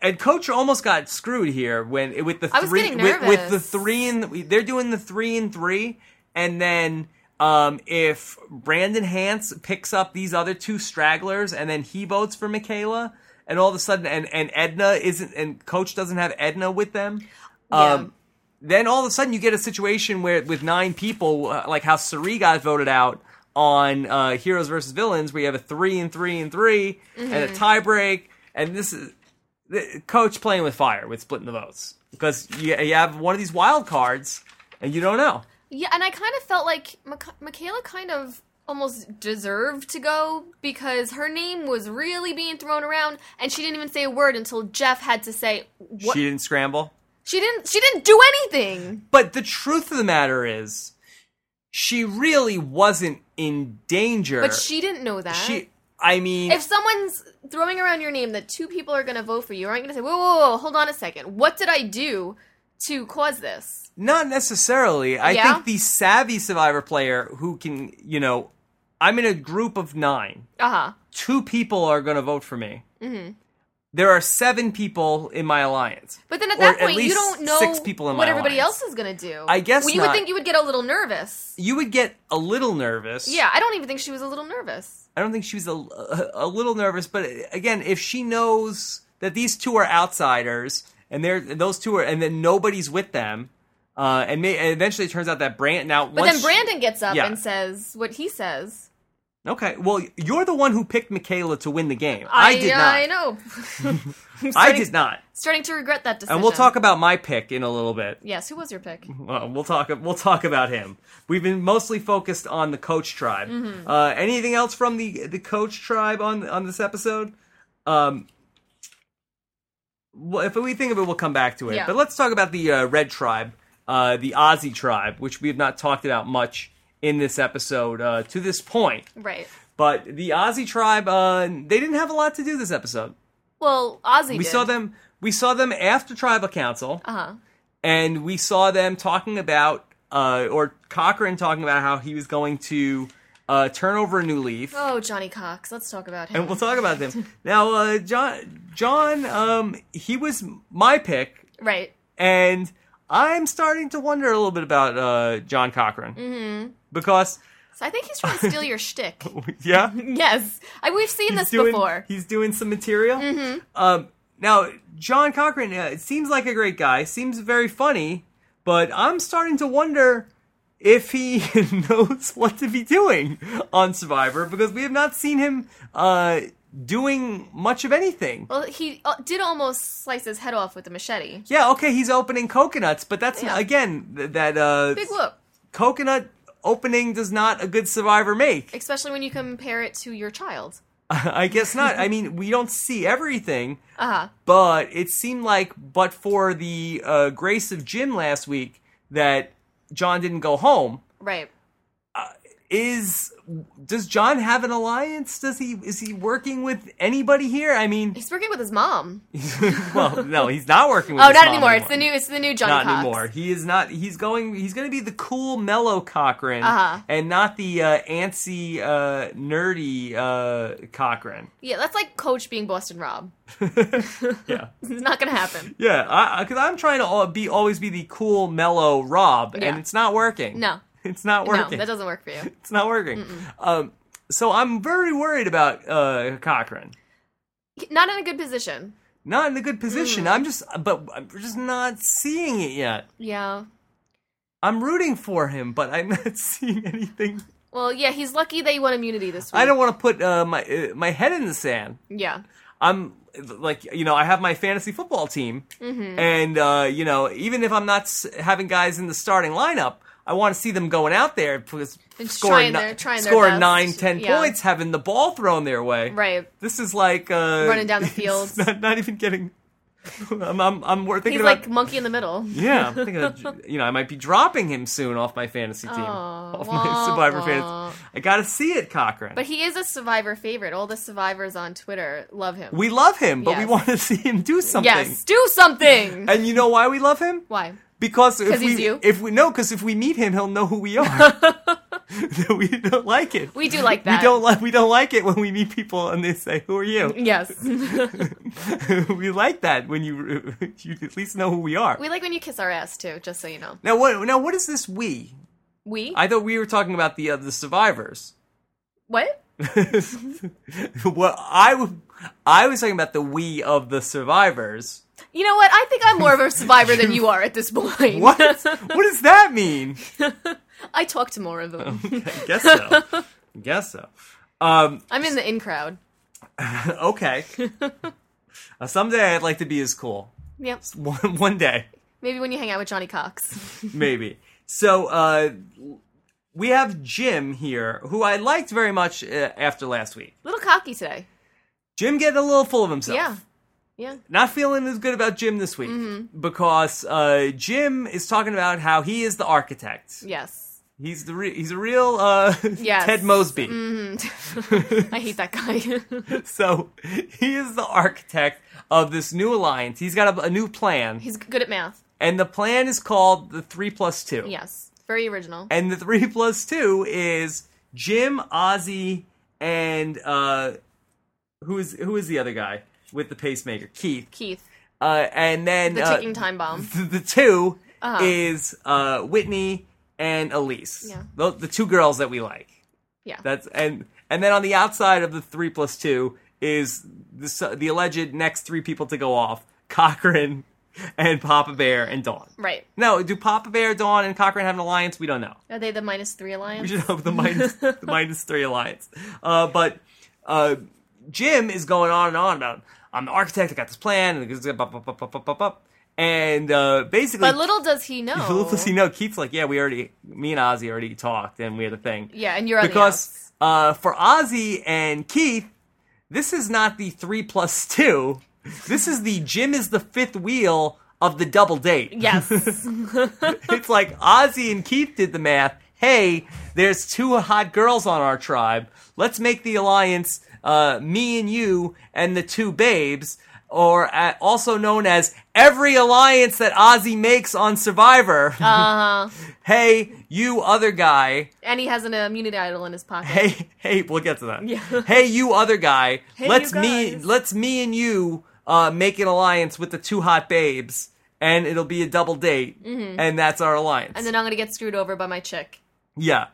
A: and coach almost got screwed here when with the
B: I was
A: three
B: getting
A: with, with the
B: nervous.
A: three and they're doing the three and three and then um if Brandon Hance picks up these other two stragglers and then he votes for Michaela and all of a sudden and and Edna isn't and coach doesn't have Edna with them um then all of a sudden you get a situation where with nine people, uh, like how Suri got voted out on uh, Heroes versus Villains, where you have a three and three and 3 and a
B: Mm-hmm.
A: tiebreak, and this is the, coach playing with fire with splitting the votes because you, you have one of these wild cards and you don't know.
B: Yeah, and I kind of felt like Micha- Michaela kind of almost deserved to go because her name was really being thrown around, and she didn't even say a word until Jeff had to say what
A: She didn't scramble.
B: she didn't. She didn't do anything.
A: But the truth of the matter is, she really wasn't in danger.
B: But she didn't know that.
A: she, I mean,
B: if someone's throwing around your name that two people are going to vote for you, aren't you going to say, whoa, whoa, whoa, hold on a second. What did I do to cause this?
A: Not necessarily. I
B: Yeah?
A: think the savvy survivor player who can, you know, I'm in a group of nine.
B: Uh huh. Mm-hmm.
A: Two people are going to vote for me. there are seven people in my alliance.
B: But then at
A: Or
B: that
A: at
B: point, you
A: least
B: don't know
A: six people in my
B: what everybody
A: alliance.
B: else is going to do.
A: I guess
B: well, you would
A: not.
B: think you would get a little nervous.
A: You would get a little nervous.
B: Yeah, I don't even think she was a little nervous.
A: I don't think she was a, a, a little nervous, but again, if she knows that these two are outsiders and they're and those two are, and then nobody's with them, uh, and, may, and eventually it turns out that Brand now.
B: But
A: once
B: then Brandon gets up
A: Yeah.
B: and says what he says.
A: okay, well, you're the one who picked Michaela to win the game. I, did not.
B: I know. [LAUGHS] I'm
A: I
B: starting-
A: did not.
B: Starting to regret that decision.
A: And we'll talk Mm-hmm. about my pick in a little bit.
B: Yes, who was your pick?
A: Well, we'll talk. We'll talk about him. We've been mostly focused on the coach tribe.
B: Mm-hmm.
A: Uh, anything else from the the coach tribe on on this episode? Um, well, if we think of it, we'll come back to it.
B: Yeah.
A: But let's talk about the uh, red tribe, uh, the Aussie tribe, which we have not talked about much in this episode uh, to this point.
B: Right.
A: But the Aussie tribe, uh, they didn't have a lot to do this episode.
B: Well, Ozzy.
A: We saw them. We saw them after tribal council
B: Uh huh.
A: and we saw them talking about uh, or Cochran talking about how he was going to uh, turn over a new leaf.
B: Oh, Johnny Cox. Let's talk about him.
A: And we'll talk about them now. Uh, John, John, um, he was my pick,
B: right.
A: and I'm starting to wonder a little bit about uh, John Cochran mm-hmm. because, [LAUGHS]
B: So I think he's trying to steal your shtick.
A: yeah,
B: Yes, I, we've seen this
A: doing
B: before. Mm-hmm.
A: he's doing some material. Um, now, John Cochran, uh, it seems like a great guy, seems very funny, but I'm starting to wonder if he [LAUGHS] knows what to be doing on Survivor because we have not seen him uh, doing much of anything.
B: Well, he uh, did almost slice his head off with a machete.
A: Yeah, okay, he's opening coconuts, but that's
B: Yeah.
A: again th- that uh,
B: Big whoop.
A: coconut opening does not a good Survivor make.
B: Especially when you compare it to your child.
A: I guess not. I mean, we don't see everything,
B: Uh huh.
A: but it seemed like, but for the uh, grace of Jim last week, that John didn't go home.
B: Right.
A: Is does John have an alliance? Does he is he working with anybody here? I mean, [LAUGHS]
B: He's working with his mom.
A: well, no, he's not working with.
B: oh,
A: his
B: not
A: mom
B: anymore. It's the new. It's the new Johnny
A: Not
B: Cox.
A: anymore. He is not. He's going. He's going to be the cool, mellow Cochran,
B: Uh-huh.
A: and not the uh, antsy, uh, nerdy uh,
B: [LAUGHS]
A: Cochran.
B: Yeah, that's like Coach being Boston Rob. [LAUGHS]
A: Yeah.
B: It's not gonna happen.
A: Yeah, because I'm trying to al- be always be the cool, mellow Rob,
B: Yeah.
A: and it's not working.
B: No.
A: [LAUGHS] it's not
B: No,
A: working.
B: that doesn't work for you.
A: it's not working. Um, so I'm very worried about uh, Cochran.
B: Not in a good position.
A: Not in a good
B: Mm.
A: position. I'm just, but I'm just not seeing it yet.
B: Yeah.
A: I'm rooting for him, but I'm [LAUGHS] not seeing anything.
B: Well, yeah, he's lucky they won immunity this week.
A: I don't want to put uh, my uh, my head in the sand.
B: Yeah.
A: I'm like you know I have my fantasy football team,
B: Mm-hmm.
A: and uh, you know even if I'm not s- having guys in the starting lineup, I want to see them going out there because
B: And
A: scoring
B: trying
A: ni-
B: their- trying their
A: scoring
B: best.
A: nine ten
B: Yeah.
A: points, having the ball thrown their way.
B: Right.
A: This is like uh,
B: Running
A: [LAUGHS]
B: down the field.
A: not, not even getting. [LAUGHS] I'm I'm, I'm wor- thinking
B: He's
A: about
B: like monkey in the
A: [LAUGHS]
B: middle.
A: yeah.
B: [LAUGHS]
A: I'm thinking of, you know I might be dropping him soon off my fantasy team,
B: Aw,
A: off my [LAUGHS]
B: wah,
A: Survivor
B: wah.
A: fantasy. I gotta see it, Cochran.
B: But he is a survivor favorite. All the survivors on Twitter love him.
A: we love him, but we
B: Yes.
A: want to [LAUGHS] see him do something.
B: Yes, do
A: [LAUGHS]
B: something.
A: And you know why we love him? [LAUGHS]
B: Why?
A: Because if
B: 'Cause
A: we
B: he's you?
A: if we no, because if we meet him, he'll know who we
B: [LAUGHS]
A: are. [LAUGHS] we don't like it.
B: We do like
A: We
B: that.
A: don't like we don't like it when we meet people and they say, "Who are you?" [LAUGHS]
B: [LAUGHS] Yes.
A: we like that when you [LAUGHS] you at least know who we are.
B: we like when you kiss our ass too, just so you know.
A: now what? Now what is this? We?
B: We?
A: I thought we were talking about the uh, the survivors. [LAUGHS]
B: what?
A: well, I w- I was talking about the we of the survivors.
B: You know what? I think I'm more of a survivor than you are at this
A: [LAUGHS]
B: point. [LAUGHS]
A: What? what does that mean? [LAUGHS]
B: I talk to more of them.
A: I guess so. I guess so. Um,
B: I'm in the in crowd. [LAUGHS]
A: Okay. Uh, someday I'd like to be as cool.
B: Yep.
A: One, one day,
B: Maybe when you hang out with Johnny Cox.
A: maybe. So uh, we have Jim here, who I liked very much uh, after last week.
B: Little cocky today.
A: Jim getting a little full of himself.
B: Yeah. Yeah.
A: Not feeling as good about Jim this week
B: Mm-hmm.
A: because uh, Jim is talking about how he is the architect.
B: Yes.
A: He's the re- he's a real uh, [LAUGHS]
B: Yes. Mm-hmm.
A: Ted Mosby.
B: I hate that guy. [LAUGHS]
A: So [LAUGHS] he is the architect of this new alliance. He's got a, a new plan.
B: He's good at math.
A: And the plan is called the 3 plus 2.
B: Yes. Very original.
A: And the 3 [LAUGHS] plus 2 is Jim, Ozzy, and uh who is who is the other guy? with the pacemaker, Keith.
B: Keith,
A: Uh, and then
B: the
A: uh,
B: ticking time bomb.
A: th- [LAUGHS] the 2
B: Uh-huh.
A: is uh, Whitney and Elise.
B: Yeah.
A: The, the two girls that we like.
B: Yeah.
A: That's and and then on the outside of the three plus two is the s- the alleged next three people to go off: Cochrane [LAUGHS] and Papa Bear and Dawn.
B: right.
A: No, do Papa Bear, Dawn, and Cochrane have an alliance? We don't know.
B: Are they the minus three
A: We
B: alliance?
A: should hope the minus the minus three alliance. Uh, but uh, Jim is going on and on about I'm the architect. I got this plan, and it goes up, up, up, up, up, up, up, and uh, basically,
B: But little does he know.
A: [LAUGHS] little does he know, Keith's like, yeah, we already, me and Ozzy already talked, and we had a thing
B: Yeah, and you're on the outs.
A: because uh, for Ozzy and Keith, this is not the three plus two. This is the Jim is the fifth wheel of the double date.
B: Yes.
A: [LAUGHS] it's like Ozzy and Keith did the math. Hey, there's two hot girls on our tribe. Let's make the alliance uh, me and you and the two babes, or uh, also known as every alliance that Ozzy makes on Survivor.
B: Uh huh.
A: [LAUGHS] hey, you other guy.
B: And he has an immunity idol in his pocket.
A: Hey, hey, we'll get to that.
B: Yeah.
A: Hey, you other guy.
B: Hey,
A: let's
B: you
A: me,
B: guys.
A: let's me and you uh, make an alliance with the two hot babes, and it'll be a double date, and that's our alliance.
B: Mm-hmm. And then I'm gonna get screwed over by my chick.
A: yeah.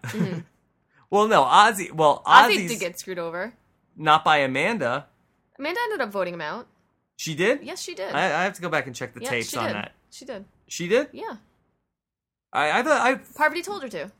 A: [LAUGHS] well, no, Ozzy. Well,
B: Ozzy
A: Ozzy's
B: did get screwed over.
A: not by Amanda.
B: Amanda ended up voting him out.
A: She did.
B: Yes, she did.
A: I, I have to go back and check the
B: yeah,
A: tapes
B: she
A: on
B: did.
A: that.
B: She did.
A: She did.
B: Yeah.
A: I, I thought I
B: Parvati told her to.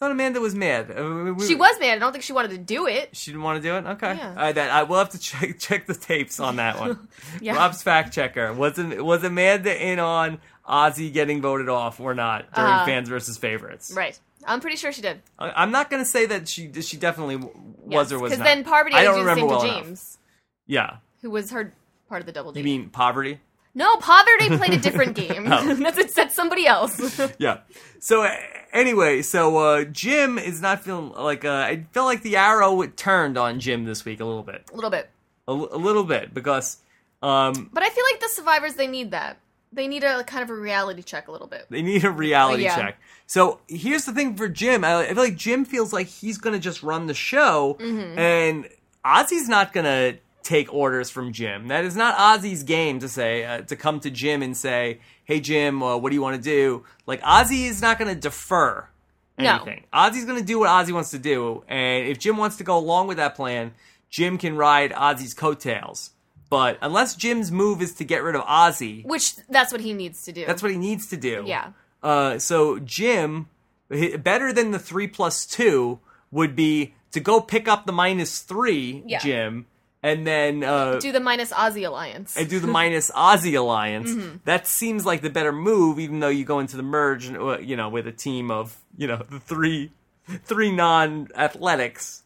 A: thought Amanda was mad. Uh, we-
B: She was mad. I don't think she wanted to
A: [LAUGHS]
B: do it.
A: She didn't want to do it. Okay,
B: Yeah.
A: I, that I will have to check check the tapes on that one.
B: [LAUGHS] Yeah.
A: Rob's fact checker was Am- was Amanda in on Ozzy getting voted off or not during
B: Uh,
A: fans versus favorites?
B: Right. I'm pretty sure she did.
A: I, I'm not going to say that she she definitely w- was or was
B: Because
A: not.
B: then Parvati
A: I don't
B: did
A: remember well
B: the same to
A: enough.
B: James,
A: Yeah,
B: who was her part of the double date.
A: you mean poverty?
B: no, Poverty played a
A: [LAUGHS]
B: different game.
A: Oh.
B: [LAUGHS] That's, that's somebody else. [LAUGHS]
A: yeah. So uh, anyway, so uh, Jim is not feeling like uh, I felt like the arrow turned on Jim this week a little bit,
B: a little bit.
A: a, l- a little bit because um,
B: But I feel like the survivors they need that. They need a kind of a reality check a little bit.
A: They need a reality
B: Oh, Yeah.
A: check. So here's the thing for Jim. I, I feel like Jim feels like he's going to just run the show,
B: Mm-hmm.
A: and Ozzy's not going to take orders from Jim. That is not Ozzy's game to say uh, to come to Jim and say, "Hey Jim, uh, what do you want to do?" Like Ozzy is not going to defer
B: No.
A: anything. Ozzy's going to do what Ozzy wants to do, and if Jim wants to go along with that plan, Jim can ride Ozzy's coattails. But unless Jim's move is to get rid of Ozzy,
B: Which that's what he needs to do.
A: that's what he needs to do.
B: Yeah.
A: Uh, so Jim, h- better than the three plus two would be to go pick up the minus three,
B: Yeah.
A: Jim, and then uh,
B: do the minus Aussie alliance.
A: and
B: [LAUGHS]
A: do the minus Aussie alliance.
B: Mm-hmm.
A: That seems like the better move, even though you go into the merge, uh, you know, with a team of you know the three, three non athletics,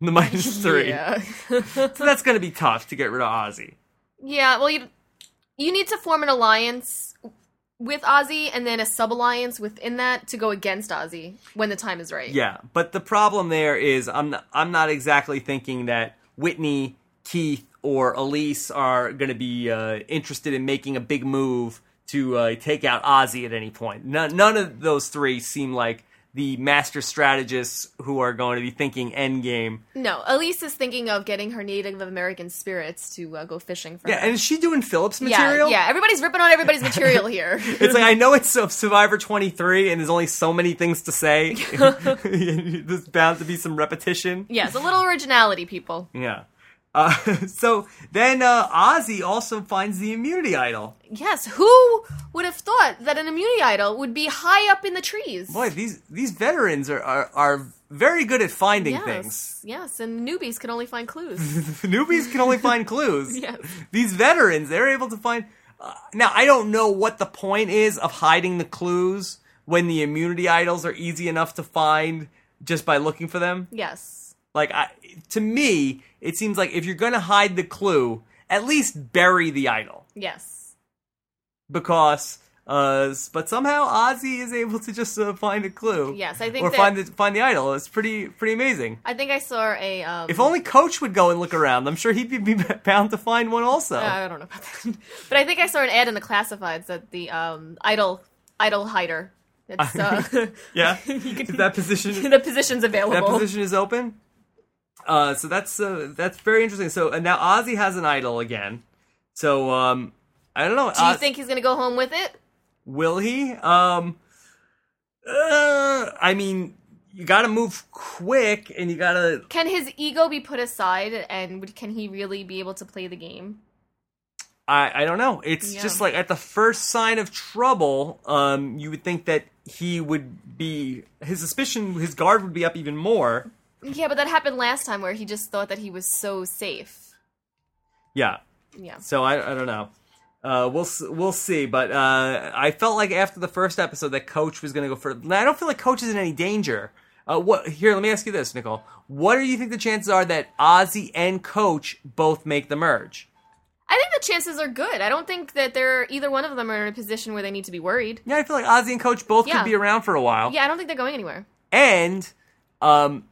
A: the minus three.
B: Yeah. [LAUGHS]
A: So that's going to be tough to get rid of Aussie.
B: yeah, well you you need to form an alliance with Ozzy and then a sub alliance within that to go against Ozzy when the time is right.
A: Yeah, but the problem there is I'm not, I'm not exactly thinking that Whitney, Keith, or Elise are going to be uh, interested in making a big move to uh, take out Ozzy at any point. None, none of those three seem like the master strategists who are going to be thinking endgame.
B: No, Elise is thinking of getting her Native American spirits to uh, go fishing for
A: Yeah,
B: her.
A: and is she doing Phillips
B: yeah,
A: material?
B: yeah, everybody's ripping
A: [LAUGHS]
B: on everybody's material here.
A: It's like I know it's of Survivor 23 and there's only so many things to
B: [LAUGHS]
A: say. [LAUGHS] There's bound to be some repetition.
B: yes, a little originality, people.
A: Yeah. Uh, [LAUGHS] so then uh, Ozzy also finds the immunity idol.
B: Yes, who would have thought that an immunity idol would be high up in the trees?
A: Boy, these these veterans are are, are very good at finding
B: yes,
A: things. [LAUGHS]
B: yes, and newbies can only find clues.
A: Newbies can only find clues.
B: [LAUGHS] Yes.
A: These veterans, they're able to find. Uh, now I don't know what the point is of hiding the clues when the immunity idols are easy enough to find just by looking for them.
B: yes,
A: Like I, to me, it seems like if you're going to hide the clue, at least bury the idol.
B: yes,
A: because uh but somehow Ozzy is able to just uh, find a clue.
B: Yes, I think
A: or
B: that-
A: find the find the idol. It's pretty pretty amazing.
B: I think I saw a. Um,
A: If only Coach would go and look around. I'm sure he'd be, [LAUGHS] be bound to find one also.
B: I don't know about that, [LAUGHS] but I think I saw an ad in the classifieds that the um, idol idol hider.
A: [LAUGHS]
B: It's, uh,
A: [LAUGHS]
B: [LAUGHS]
A: yeah,
B: you could-
A: is that position
B: [LAUGHS] the position's available.
A: that position is open? Uh, so that's uh, that's very interesting. So and now Ozzy has an idol again. So um, I don't know.
B: Do you
A: Oz-
B: think he's gonna go home with it?
A: Will he? Um, uh, I mean, you got to move quick, and you got to.
B: Can his ego be put aside, and would, can he really be able to play the game?
A: I I don't know. It's
B: Yeah.
A: just like at the first sign of trouble, um, you would think that he would be his suspicion, his guard would be up even more.
B: Yeah, but that happened last time where he just thought that he was so safe.
A: Yeah.
B: Yeah.
A: So I I don't know. Uh, we'll s- we'll see, but uh, I felt like after the first episode that Coach was going to go for. Now, I don't feel like Coach is in any danger. Uh, what here? Let me ask you this, Nicole. What do you think the chances are that Ozzy and Coach both make the merge?
B: I think the chances are good. I don't think that they're either one of them are in a position where they need to be worried.
A: Yeah, I feel like Ozzy and Coach both
B: Yeah.
A: could be around for a while.
B: Yeah, I don't think they're going anywhere.
A: And um,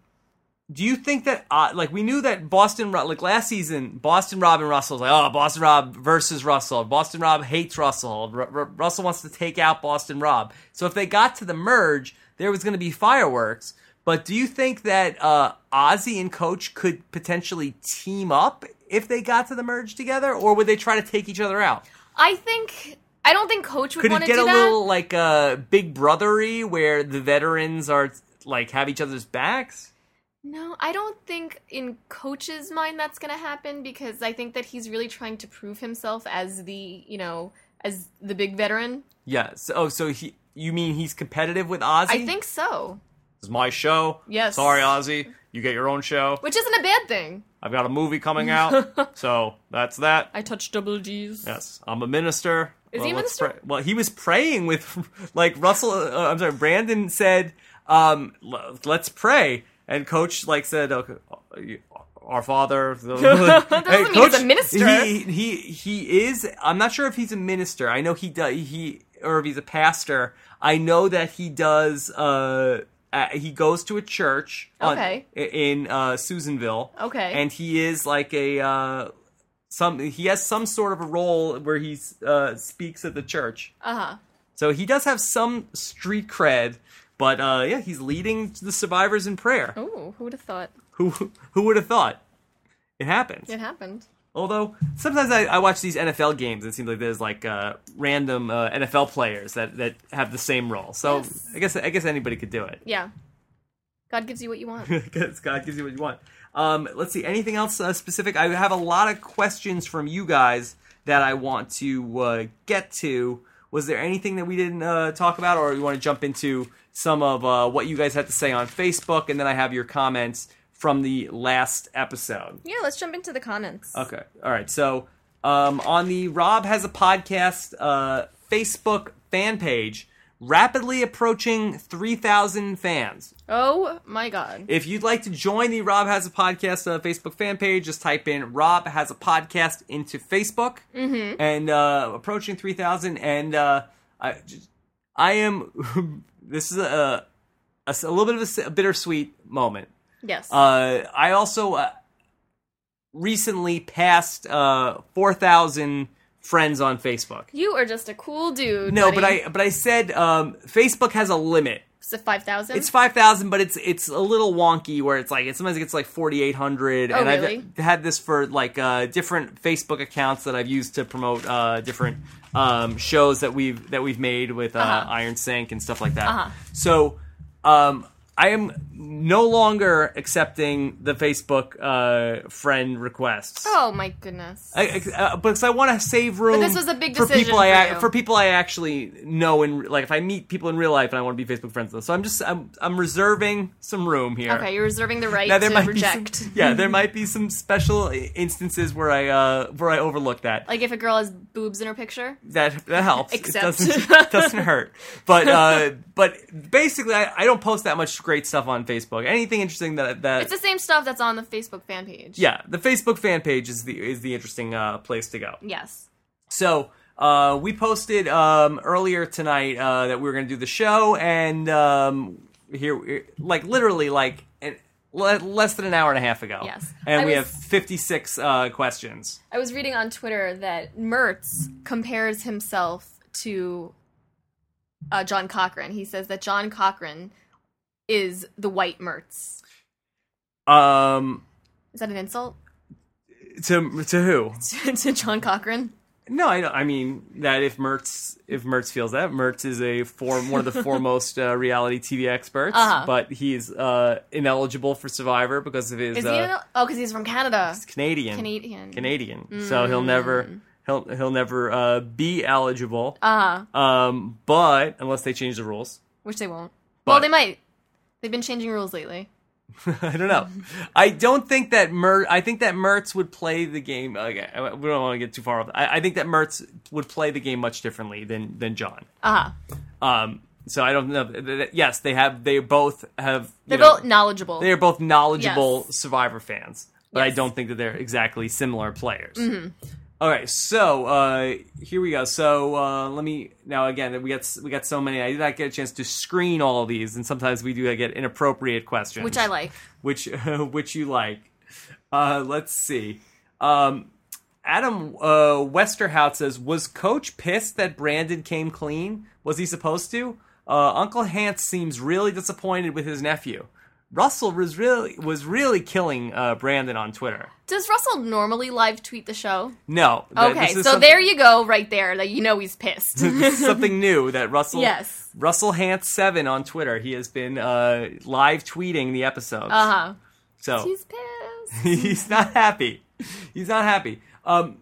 A: do you think that uh, like we knew that Boston Ro- like last season Boston Rob and Russell was like oh Boston Rob versus Russell Boston Rob hates Russell R- R- Russell wants to take out Boston Rob so if they got to the merge there was going to be fireworks but do you think that uh, Ozzy and Coach could potentially team up if they got to the merge together or would they try to take each other out
B: I think I don't think Coach would
A: could
B: want
A: it
B: to
A: get
B: do
A: a
B: that.
A: little like uh, Big Brothery where the veterans are like have each other's backs.
B: No, I don't think in Coach's mind that's going to happen because I think that he's really trying to prove himself as the you know as the big veteran.
A: Yeah. So, oh, so he. You mean he's competitive with Ozzy?
B: I think so,
A: it's my show.
B: Yes.
A: Sorry, Ozzy. You get your own show.
B: which isn't a bad thing.
A: I've got a movie coming
B: [LAUGHS]
A: out, so that's that.
B: I touch double G's.
A: Yes, I'm a minister.
B: Is he a
A: let's
B: minister?
A: pray- well, he was praying with, [LAUGHS] like Russell. Uh, I'm sorry, Brandon said, um, l- "Let's pray," and Coach like said, okay, uh, you- "Our Father." [LAUGHS] that
B: doesn't mean he's a minister.
A: He, he he is. I'm not sure if he's a minister. I know he does. He or if he's a pastor. I know that he does. Uh, uh, he goes to a church on-
B: Okay.
A: in uh, Susanville.
B: Okay.
A: and he is like a. Uh, some he has some sort of a role where he uh, speaks at the church.
B: Uh huh.
A: So he does have some street cred, but uh, yeah, he's leading the survivors in prayer.
B: Oh, who would have thought
A: Who who would have thought it happens?
B: it happened?
A: Although sometimes I, I watch these NFL games and it seems like there's like uh, random uh, NFL players that, that have the same role. So
B: Yes.
A: I guess I guess anybody could do it.
B: Yeah. God gives you what you want.
A: because God gives you what you want. Um, let's see. Anything else uh, specific? I have a lot of questions from you guys that I want to uh, get to. Was there anything that we didn't uh, talk about, or you want to jump into some of uh, what you guys had to say on Facebook, and then I have your comments from the last episode?
B: [LAUGHS] yeah, let's jump into the comments.
A: Okay. All right. So um, on the Rob has a podcast uh, Facebook fan page, rapidly approaching three thousand fans.
B: Oh my God.
A: If you'd like to join the Rob Has a Podcast uh, Facebook fan page, just type in Rob Has a Podcast into Facebook, mm-hmm. and uh, approaching three thousand. And uh, I, just- I am. [LAUGHS] this is a, a s- a little bit of a s- a, bittersweet moment.
B: Yes.
A: Uh, I also uh, recently passed uh, four thousand friends on Facebook.
B: you are just a cool dude.
A: No, but
B: buddy.
A: I but I said um, Facebook has a limit.
B: Is it five thousand?
A: It's five thousand, but it's it's a little wonky where it's like it sometimes it gets like forty eight hundred, and
B: Oh, really?
A: I've had this for like uh, different Facebook accounts that I've used to promote uh, different um, shows that we've that we've made with uh,
B: Uh-huh.
A: Iron Sink and stuff like that.
B: Uh-huh.
A: So um, I am no longer accepting the Facebook uh, friend requests.
B: Oh my goodness.
A: I, I- uh, because I want to save room.
B: this was a big
A: for
B: decision
A: people I
B: for you.
A: for people I actually know and like if I meet people in real life and I want to be Facebook friends with them. So I'm just I'm I'm reserving some room here.
B: Okay, you're
A: [LAUGHS]
B: reserving the right
A: Now there
B: to
A: might
B: reject.
A: be some, [LAUGHS] yeah,
B: [LAUGHS]
A: there might be some special i- instances where I uh where I overlook that.
B: Like if a girl has boobs in her picture.
A: that that helps.
B: Except-
A: it
B: [LAUGHS]
A: doesn't, doesn't hurt. But uh but basically I, I don't post that much great stuff on Facebook. Anything interesting that that
B: It's the same stuff that's on the Facebook fan page.
A: yeah, the Facebook fan page is the is the interesting uh place to go.
B: Yes.
A: So uh, we posted um, earlier tonight uh, that we were going to do the show, and um, here, like literally, like an, le- less than an hour and a half ago.
B: Yes.
A: and
B: I
A: we
B: was-
A: have fifty-six uh, questions.
B: I was reading on Twitter that Mertz compares himself to uh, John Cochran. He says that John Cochran is the white Mertz.
A: Um,
B: Is that an insult [LAUGHS]
A: To to who?
B: to John Cochran?
A: No, I know. I mean that if Mertz if Mertz feels that Mertz is a form one of
B: [LAUGHS]
A: the foremost uh, reality TV experts,
B: Uh-huh.
A: but he's uh, ineligible for Survivor because of his
B: Is
A: uh,
B: he? An, oh, because he's from Canada.
A: Canadian
B: Canadian.
A: Canadian. So he'll never he'll he'll never uh, be eligible.
B: Uh huh.
A: Um, but unless they change the rules, [LAUGHS]
B: Which they won't.
A: But-
B: well, they might. They've been changing rules lately.
A: I don't know. I don't think that Mer. I think that Mertz would play the game. Okay, I- we don't want to get too far off. I, I think that Mertz would play the game much differently than than John.
B: Uh huh.
A: Um, so I don't know. th- th- Yes, they have. They both have. you
B: They're
A: know,
B: both knowledgeable.
A: They are both knowledgeable
B: Yes.
A: Survivor fans, but I
B: Yes. Mm-hmm.
A: don't think that they're exactly similar players. All right, so uh, here we go. So uh, let me now again. We got s- we got so many. I did not get a chance to screen all of these, and sometimes we do get inappropriate questions,
B: which I like.
A: which [LAUGHS] which you like. Uh, let's see. Um, Adam uh, Westerhout says, "Was Coach pissed that Brandon came clean? Was he supposed to?" Uh, Uncle Hans seems really disappointed with his nephew. Russell was really was really killing uh, Brandon on Twitter.
B: Does Russell normally live tweet the show?
A: No, th-
B: Okay,
A: this
B: so
A: is something-
B: there you go, right there. Like you know he's
A: [LAUGHS]
B: pissed. [LAUGHS]
A: this is something new that Russell
B: Yes.
A: Russell Hans seven on Twitter. He has been uh, live tweeting the episodes.
B: Uh huh.
A: so
B: He's
A: [LAUGHS]
B: pissed.
A: he's not happy. He's not happy. Um,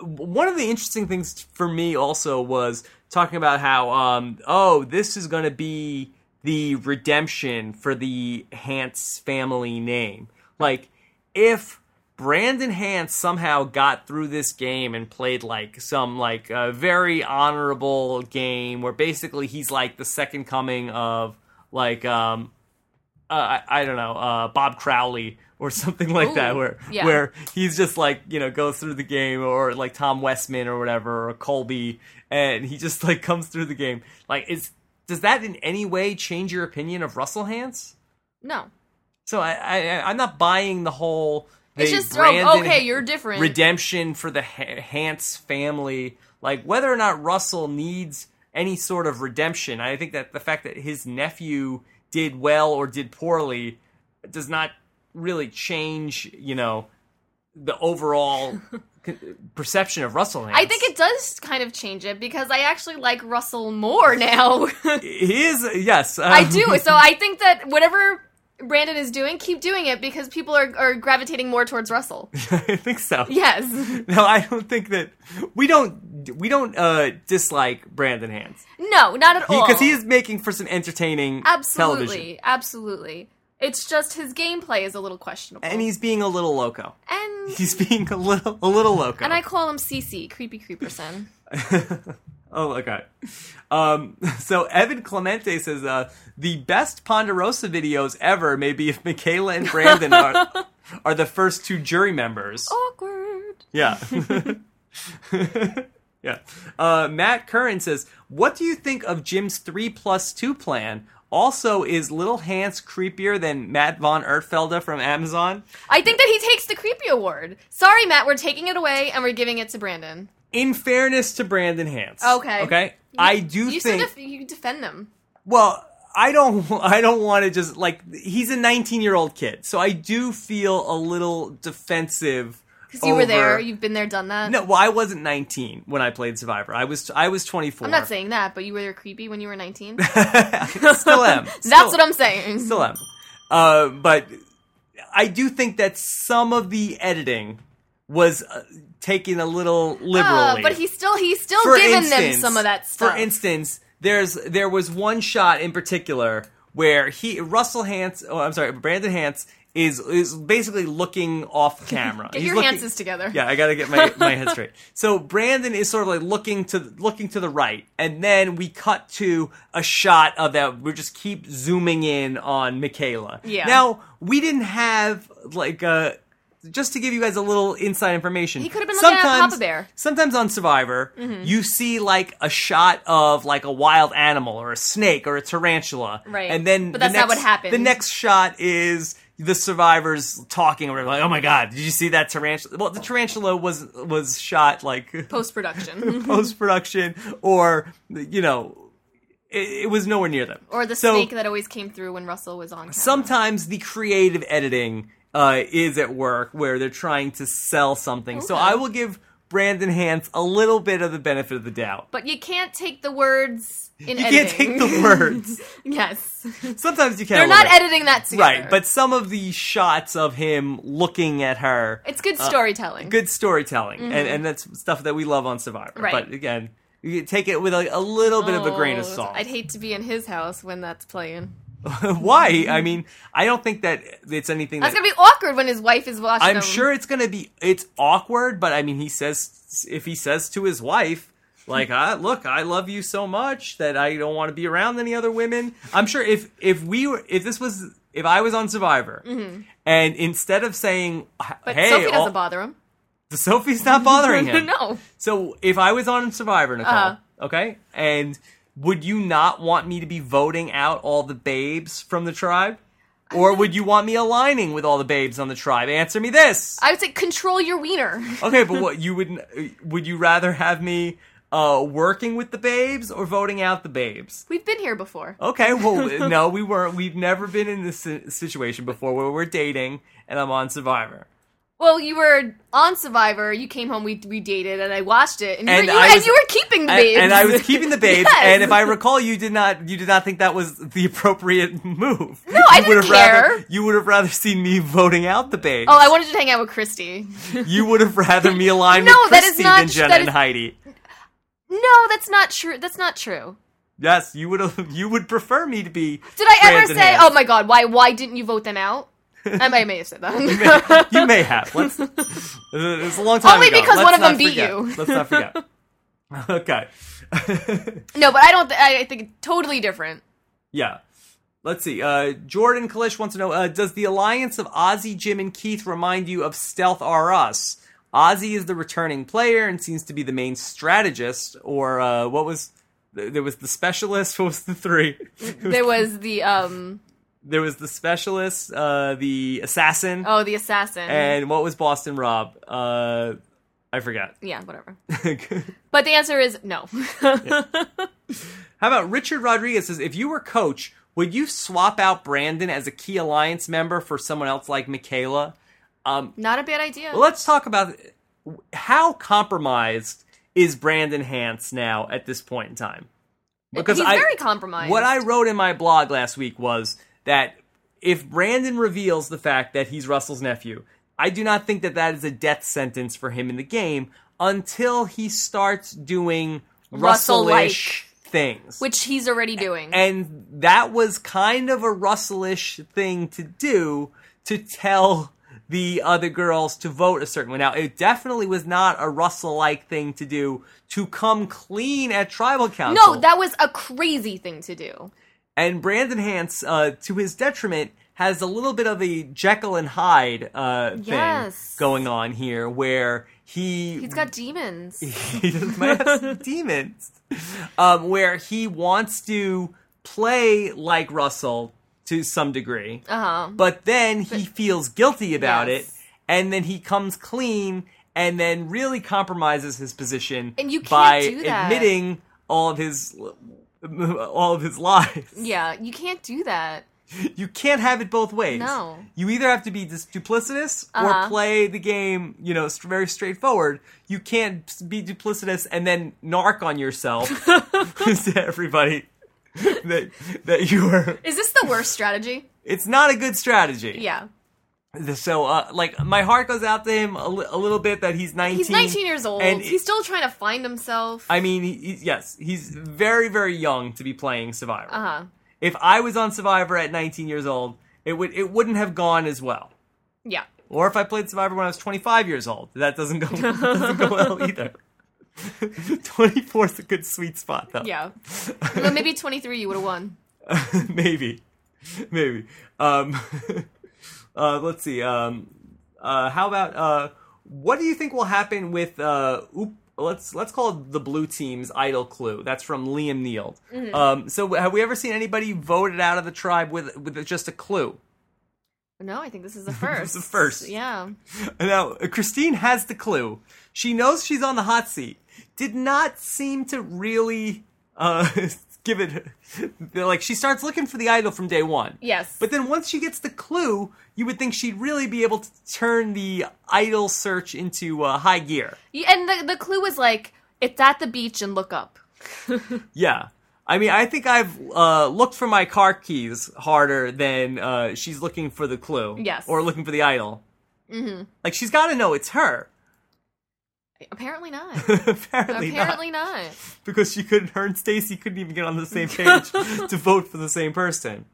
A: one of the interesting things for me also was talking about how um, oh this is going to be the redemption for the Hance family name. Like if Brandon Hance somehow got through this game and played like some like uh, very honorable game where basically he's like the second coming of like um uh, I, I don't know, uh, Bob Crowley or [LAUGHS] something like
B: Ooh,
A: that, where
B: yeah.
A: where he's just like you know goes through the game, or like Tom Westman or whatever, or Colby, and he just like comes through the game. Like, is does that in any way change your opinion of Russell Hans?
B: No.
A: So I, I I'm not buying the whole.
B: It's
A: they
B: just oh,
A: branded
B: okay. You're different.
A: redemption for the Ha- Hance family. Like whether or not Russell needs any sort of redemption, I think that the fact that his nephew did well or did poorly does not really change, you know, the
B: [LAUGHS]
A: overall c- perception of Russell. Hance.
B: I think it does kind of change it because I actually like Russell more [LAUGHS] now.
A: [LAUGHS] he is. Yes,
B: I
A: um, [LAUGHS]
B: do. So I think that whatever Brandon is doing, keep doing it because people are, are gravitating more
A: [LAUGHS]
B: towards Russell.
A: I think so.
B: Yes.
A: No, I don't think that we don't we don't uh, dislike Brandon Hans
B: No, not at all.
A: because he, is making for some entertaining
B: absolutely,
A: television.
B: absolutely. It's just his gameplay is a little questionable.
A: and he's being a little loco.
B: and,
A: He's being a little a little loco.
B: and I call him CC, creepy creeperson.
A: [LAUGHS] oh my god. Um, [LAUGHS] so Evan Clemente says uh, the best Ponderosa videos ever. Maybe if Michaela and Brandon are
B: [LAUGHS]
A: are the first two jury members.
B: Oh. Awkward.
A: Yeah. [LAUGHS] yeah. Uh, Matt Curran says, "What do you think of Jim's three plus two plan?" Also, is Little Hans creepier than Matt von Ertfelder from Amazon?
B: I think that he takes the creepy award. Sorry, Matt, we're taking it away and we're giving it to Brandon.
A: In fairness to Brandon Hans,
B: Okay.
A: okay, I do
B: You
A: think.
B: said def- you defend them.
A: Well, I don't [LAUGHS] I don't want to just like he's a 19-year-old kid. So I do feel a little defensive
B: Because you were there,
A: over-
B: you've been there, done that.
A: No, well, I wasn't 19 when I played Survivor. I was I was 24.
B: I'm not saying that, but you were creepy when you were 19.
A: [LAUGHS] still am.
B: [LAUGHS] That's what I'm saying.
A: still am. Uh, but I do think that some of the editing was uh, taken a little
B: Uh,
A: liberally.
B: but he's still he's still
A: for
B: giving them
A: instance-
B: some of that stuff.
A: For instance, there's there was one shot in particular where he Russell Hance, oh I'm sorry, Brandon Hance is is basically looking off camera.
B: [LAUGHS] Get
A: He's
B: your
A: looking-
B: Hanses together.
A: [LAUGHS] Yeah, I gotta get my, my head straight. So Brandon is sort of like looking to looking to the right, and then we cut to a shot of that. We just keep zooming in on Michaela.
B: Yeah.
A: Now we didn't have like uh Just to give you guys a little inside information, he
B: could've been looking at Papa Bear. Mm-hmm.
A: sometimes on Survivor, you see like a shot of like a wild animal or a snake or a tarantula,
B: Right.
A: And then,
B: But
A: the
B: that's not
A: next-
B: what happened.
A: The next shot is the survivors talking or like, "Oh my god, did you see that tarantula?" Well, the tarantula was was shot like [LAUGHS]
B: Post production.
A: post production, or you know, it, it was nowhere near them.
B: or the
A: So,
B: snake that always came through when Russell was on camera.
A: sometimes the creative editing uh, is at work where they're trying to sell something. So
B: Okay.
A: I will give Brandon Hans a little bit of the benefit of the doubt.
B: But you can't take the words in
A: You
B: editing.
A: can't take the words.
B: [LAUGHS]
A: [LAUGHS]
B: yes.
A: Sometimes you can.
B: They're
A: a
B: not
A: little bit.
B: editing that together.
A: Right, but some of the shots of him looking at her,
B: it's good storytelling.
A: good storytelling, and, and that's stuff that we love on Survivor.
B: Mm-hmm. Right.
A: But again, you take it with a, a little bit of a grain of
B: Oh,
A: salt.
B: I'd hate to be in his house when that's playing.
A: [LAUGHS] Why?
B: [LAUGHS]
A: I mean, I don't think that it's anything. That,
B: That's gonna be awkward when his wife is watching.
A: I'm
B: him.
A: sure it's gonna be. It's awkward, but I mean, he says if he says to his wife, like, ah, "Look, I love you so much that I don't want to be around any other women." I'm sure if if we were if this was if I was on Survivor, and instead of saying,
B: Mm-hmm. But
A: "Hey,"
B: Sophie
A: all-
B: doesn't bother him.
A: Sophie's not
B: [LAUGHS]
A: bothering him.
B: no.
A: So if I was on Survivor, Nicole,
B: Uh-huh.
A: okay, and would you not want me to be voting out all the babes from the tribe? Or would you want me aligning with all the babes on the tribe? Answer me this.
B: [LAUGHS] I would say control your wiener. [LAUGHS]
A: Okay, but what you would would you rather have me uh, working with the babes or voting out the babes?
B: We've been here before.
A: Okay,
B: [LAUGHS]
A: well, no, we weren't. We've never been in this si- situation before where we're dating and I'm on Survivor.
B: Well, you were on Survivor. You came home. We we dated, and I watched it, and you,
A: And
B: were, you,
A: I
B: and
A: was-
B: you were keeping the
A: And-
B: babes.
A: And I was keeping the babes.
B: Yes.
A: And if I recall, you did not you did not think that was the appropriate move. No,
B: I
A: you would
B: didn't
A: have Rather,
B: care.
A: you would have rather seen me voting out the babes.
B: [LAUGHS] oh, I wanted you to hang out with Christy.
A: you would have rather me align
B: No,
A: with
B: that is
A: Christy
B: not
A: than
B: tr-
A: Jenna
B: that
A: and
B: is-
A: Heidi.
B: No, that's not true. That's not true.
A: Yes, you would have. You would prefer me to
B: [LAUGHS]
A: be.
B: Did I ever
A: Brandon
B: say,
A: Hands.
B: "Oh my God, why why didn't you vote them out"? I may, I may have said that.
A: [LAUGHS] you may have. Let's, it was a long time
B: Only
A: ago.
B: because
A: Let's
B: one of
A: not
B: them beat
A: forget.
B: you.
A: Let's not forget.
B: [LAUGHS]
A: Okay.
B: [LAUGHS]
A: [LAUGHS]
B: no, but I don't. Th- I I think it's totally different.
A: Yeah. Let's see. Uh, Jordan Kalish wants to know uh, Does the alliance of Ozzy, Jim, and Keith remind you of Stealth R Us? Ozzy is the returning player and seems to be the main strategist, or uh, what was. th- There was the specialist. [LAUGHS] What was the three?
B: There was the um
A: There was the specialist, uh, the assassin,
B: oh the assassin.
A: and what was Boston Rob? Uh, I forgot.
B: yeah, whatever.
A: [LAUGHS] How
B: But the answer is no. [LAUGHS]
A: about Richard Rodriguez says if you were coach, would you swap out Brandon as a key alliance member for someone else like Michaela?
B: Not a bad idea.
A: Well, let's talk about how compromised is Brandon Hance now at this point in time. Because
B: He's
A: I,
B: very compromised.
A: what I wrote in my blog last week was that if Brandon reveals the fact that he's Russell's nephew, I do not think that that is a death sentence for him in the game until he starts doing
B: Russell-like.
A: Russellish things.
B: which he's already
A: Eh,
B: doing.
A: and that was kind of a Russellish thing to do to tell the other girls to vote a certain way. Now, it definitely was not a Russell-like thing to do to come clean at tribal council.
B: no, that was a crazy thing to do.
A: and Brandon Hance, uh, to his detriment, has a little bit of a Jekyll and Hyde uh, thing
B: Yes.
A: going on here, where he
B: He's got demons.
A: he might have
B: [LAUGHS]
A: some demons. Um, where he wants to play like Russell to some degree,
B: Uh-huh.
A: but then he feels guilty about
B: Yes.
A: it, and then he comes clean, and then really compromises his position
B: And you can't
A: by
B: do that.
A: admitting all of his all of his lies.
B: Yeah, you can't
A: [LAUGHS]
B: do that.
A: You can't have it both ways.
B: No.
A: You either have to be dis- duplicitous or
B: Uh-huh.
A: play the game, you know, st- very straightforward. You can't s- be duplicitous and then narc on yourself
B: [LAUGHS]
A: [LAUGHS] to everybody that that you are.
B: Is this the worst strategy?
A: It's not a good strategy.
B: Yeah.
A: So, uh, like, my heart goes out to him a li- a little bit that he's 19.
B: He's 19 years old.
A: and
B: He's still trying to find himself.
A: I mean, he, he- yes, he's very, very young to be playing Survivor.
B: Uh huh.
A: If I was on Survivor at 19 years old, it would it wouldn't have gone as well.
B: Yeah.
A: Or if I played Survivor when I was 25 years old, that doesn't go, [LAUGHS] doesn't go well either. [LAUGHS] 24 is a good sweet spot, though.
B: Yeah. But maybe 23, you would have won.
A: [LAUGHS] Maybe. Maybe. Um, [LAUGHS] uh, let's see. Um, uh, how about uh, what do you think will happen with uh, oop, let's let's call it the blue team's idol clue? That's from Liam Neal. Um, so have we ever seen anybody voted out of the tribe with with just a clue?
B: No, I think this
A: [LAUGHS]
B: is the first.
A: It's the first.
B: Yeah.
A: Now, Christine has the clue. She knows she's on the hot seat. Did not seem to really uh, [LAUGHS] give it. they're Like she starts looking for the idol from day one.
B: Yes.
A: But then once she gets the clue, you would think she'd really be able to turn the idol search into uh, high gear.
B: Yeah, And the, the clue was like, it's at the beach and look up.
A: Yeah. I mean, I think I've uh, looked for my car keys harder than uh, she's looking for the clue.
B: Yes.
A: Or looking for the idol. Mm-hmm. Like, she's got to know it's her.
B: [LAUGHS]
A: [LAUGHS]
B: Apparently not.
A: Apparently, not.
B: Apparently not.
A: Because she couldn't, her and Stacy couldn't even get on the same
B: [LAUGHS]
A: page to vote for the same person.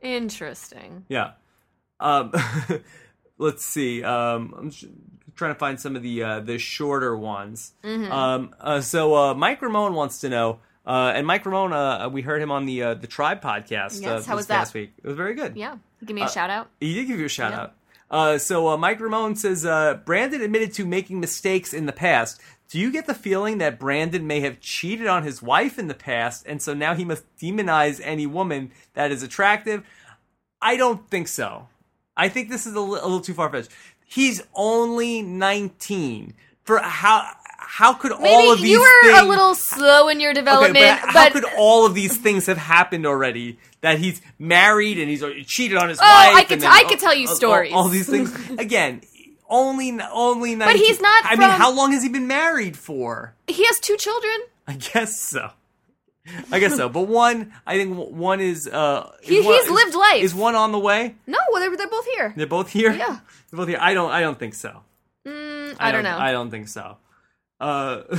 B: Interesting.
A: Yeah. Um, [LAUGHS] let's see. Um, I'm sh- trying to find some of the uh, the shorter ones.
B: Mm-hmm.
A: Um, uh, so uh, Mike Ramone wants to know, uh, and Mike Ramone, uh, we heard him on the uh, the Tribe podcast. uh,
B: Yes, how
A: this
B: was that?
A: past week? It was very good.
B: Yeah. Give me
A: Uh,
B: a shout out.
A: He did give you a shout
B: Yeah.
A: out. Uh, so uh, Mike Ramone says uh, Brandon admitted to making mistakes in the past. Do you get the feeling that Brandon may have cheated on his wife in the past, and so now he must demonize any woman that is attractive? I don't think so. I think this is a li- a little too far fetched. He's only nineteen. For how how could all of
B: Maybe
A: these
B: you were
A: things,
B: a little slow in your
A: Okay,
B: development,
A: but how
B: but,
A: could all of these things have happened already? That he's married and he's cheated on his
B: Oh,
A: wife.
B: I could
A: and
B: t-
A: then
B: I
A: all-
B: could tell you
A: all- all-
B: stories.
A: All, these things
B: [LAUGHS]
A: again. Only, only. 19.
B: he's not
A: I mean,
B: from-
A: how long has he been married for?
B: he has two children.
A: I guess so. I guess so. But one, I think one is. Uh,
B: He-
A: is one-
B: he's lived life.
A: Is one on the way?
B: No, they're, they're both here.
A: They're both here.
B: Yeah.
A: they're both here. I don't. I don't think so.
B: Mm, I, don't, know.
A: I don't think so. Uh, [LAUGHS]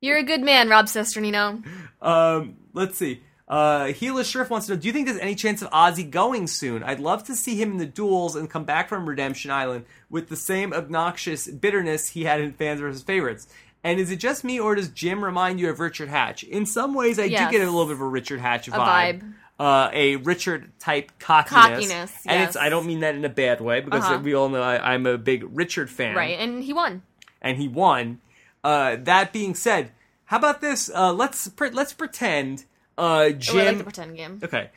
B: You're a good man, Rob Cesternino.
A: Um, let's see. Uh, Gila Shrift wants to know: Do you think there's any chance of Ozzy going soon? I'd love to see him in the duels and come back from Redemption Island with the same obnoxious bitterness he had in Fans vs. Favorites. And is it just me, or does Jim remind you of Richard Hatch? In some ways, I
B: Yes.
A: do get a little bit of a Richard Hatch vibe,
B: vibe.
A: Uh, a Richard type cockiness.
B: Cockiness,
A: and
B: yes.
A: it's I don't mean that in a bad way because
B: Uh-huh.
A: we all know I, I'm a big Richard fan,
B: Right, and he won.
A: and he won. Uh, that being said, how about this? Uh, let's pre- let's pretend uh,
B: Oh, I like
A: Jim.
B: the pretend game.
A: okay,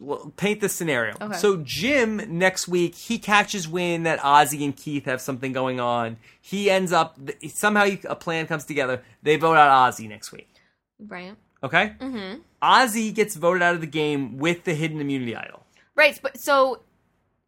A: well, paint the scenario.
B: Okay.
A: So Jim next week he catches wind that Ozzy and Keith have something going on. He ends up somehow a plan comes together. They vote out Ozzy next week.
B: Right.
A: Okay, mm-hmm. Ozzy gets voted out of the game with the hidden immunity idol.
B: Right, but so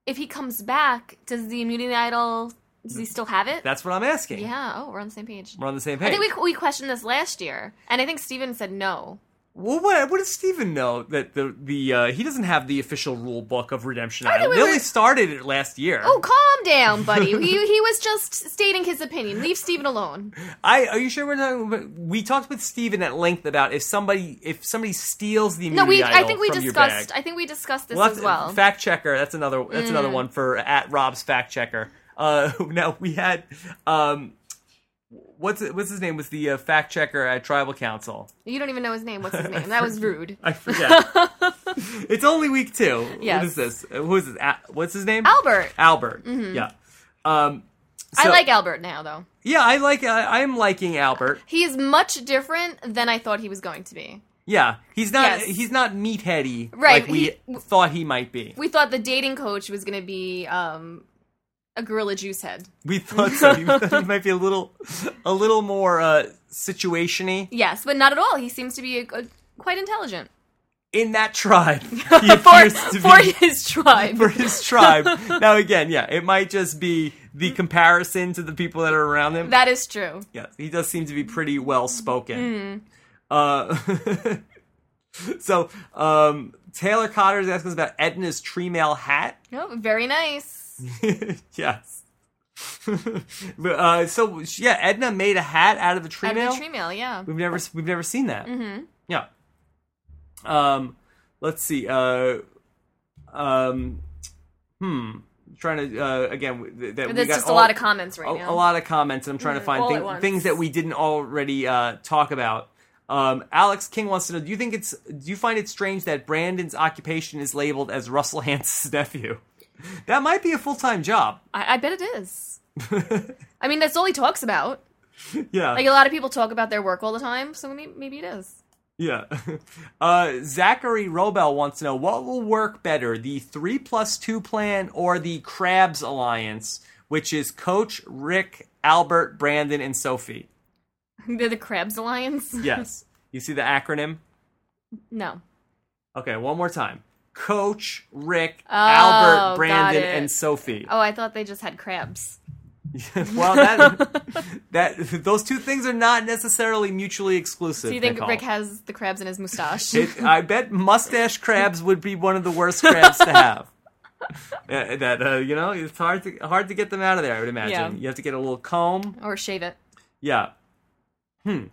B: if he comes back, does the immunity idol, does he still have it?
A: That's what I'm asking.
B: yeah, oh, we're on the same page.
A: We're on the same
B: I
A: page.
B: think we, we questioned this last year, and I think Steven said no.
A: Well, what, what does Steven know that the the uh, he doesn't have the official rule book of Redemption Island?
B: wait,
A: They
B: wait.
A: only started it last year.
B: Oh, calm down, buddy. he, he was just stating his opinion. Leave Steven alone.
A: I are you sure we're talking? About, we talked with Steven at length about if somebody if somebody steals the
B: No,
A: immunity
B: we. I
A: idol
B: think we
A: from your
B: discussed.
A: bag.
B: I think we discussed this
A: We'll have
B: as
A: to-
B: well. Mm.
A: Fact checker. That's another. That's another one for at Rob's fact checker. Uh, [LAUGHS] now we had um, what's what's his name was the uh, fact checker at Tribal Council.
B: you don't even know his name.
A: [LAUGHS]
B: What's his name? That was rude.
A: I
B: [LAUGHS]
A: forget. it's only week two.
B: Yes.
A: What is this? Uh, Who is this? A- what's his name?
B: Albert. Mm-hmm.
A: Albert. Yeah. Um,
B: I
A: so-
B: like Albert now, though.
A: Yeah, I like. I, I'm liking Albert.
B: He is much different than I thought he was going to be.
A: Yeah, he's not.
B: Yes.
A: He's not meatheady
B: Right,
A: like we
B: he-
A: thought he might be.
B: We thought the dating coach was going to be um, a gorilla juice head.
A: We thought so. he, [LAUGHS] he might be a little, a little more uh, situationy
B: Yes, but not at all. He seems to be a, a- quite intelligent
A: in that
B: [LAUGHS]
A: tribe. He appears to
B: for
A: be
B: his
A: [LAUGHS]
B: tribe.
A: for his tribe. now again, yeah, it might just be the comparison to the people that are around him.
B: that is true.
A: Yes, he does seem to be pretty well
B: Hmm.
A: spoken. Uh, [LAUGHS] so um, Taylor Cotter is asking us about Edna's tree mail hat. [LAUGHS]
B: No, Oh, very nice.
A: yes. [LAUGHS] but, uh, so yeah, Edna made a hat out of a tree
B: Out
A: mail.
B: of the tree mail, yeah.
A: We've never we've never seen that. Mm-hmm. Yeah. Um, let's see. Uh, um, hmm. Trying to uh, again. w- Th- that we
B: There's
A: got
B: just
A: all-
B: a lot of comments right
A: a,
B: now. Mm.
A: a lot of comments, and I'm trying to find
B: all
A: thing-
B: at once.
A: things that we didn't already uh, talk about. Um, Alex King wants to know: Do you think it's? Do you find it strange that Brandon's occupation is labeled as Russell Hans's [LAUGHS] nephew? That might be a full time job.
B: I, I bet it
A: [LAUGHS]
B: is. I mean, that's all he talks about.
A: Yeah,
B: Like a lot of people talk about their work all the time, so maybe, maybe it is. [LAUGHS]
A: yeah. [LAUGHS] Uh, Zachary Robel wants to know what will work better: the three plus two plan or the Crabs alliance, which is Coach Rick, Albert, Brandon, and Sophie.
B: They're the Krebs Alliance. [LAUGHS]
A: Yes. You see the acronym?
B: No.
A: Okay, one more time. Coach, Rick,
B: Oh, got
A: Albert, Brandon,
B: it.
A: and
B: [LAUGHS]
A: Sophie.
B: Oh, I thought they just had crabs.
A: well, that,
B: [LAUGHS]
A: that those two things are not necessarily mutually exclusive.
B: Do you think
A: Nicole.
B: Rick has the crabs in his mustache?
A: It, I bet mustache crabs would be one of the worst crabs to have. [LAUGHS] Uh, that uh, you know, it's hard to hard to get them out of there. I would imagine
B: Yeah.
A: you have to get a little comb.
B: [LAUGHS] or shave it.
A: Yeah. Hmm.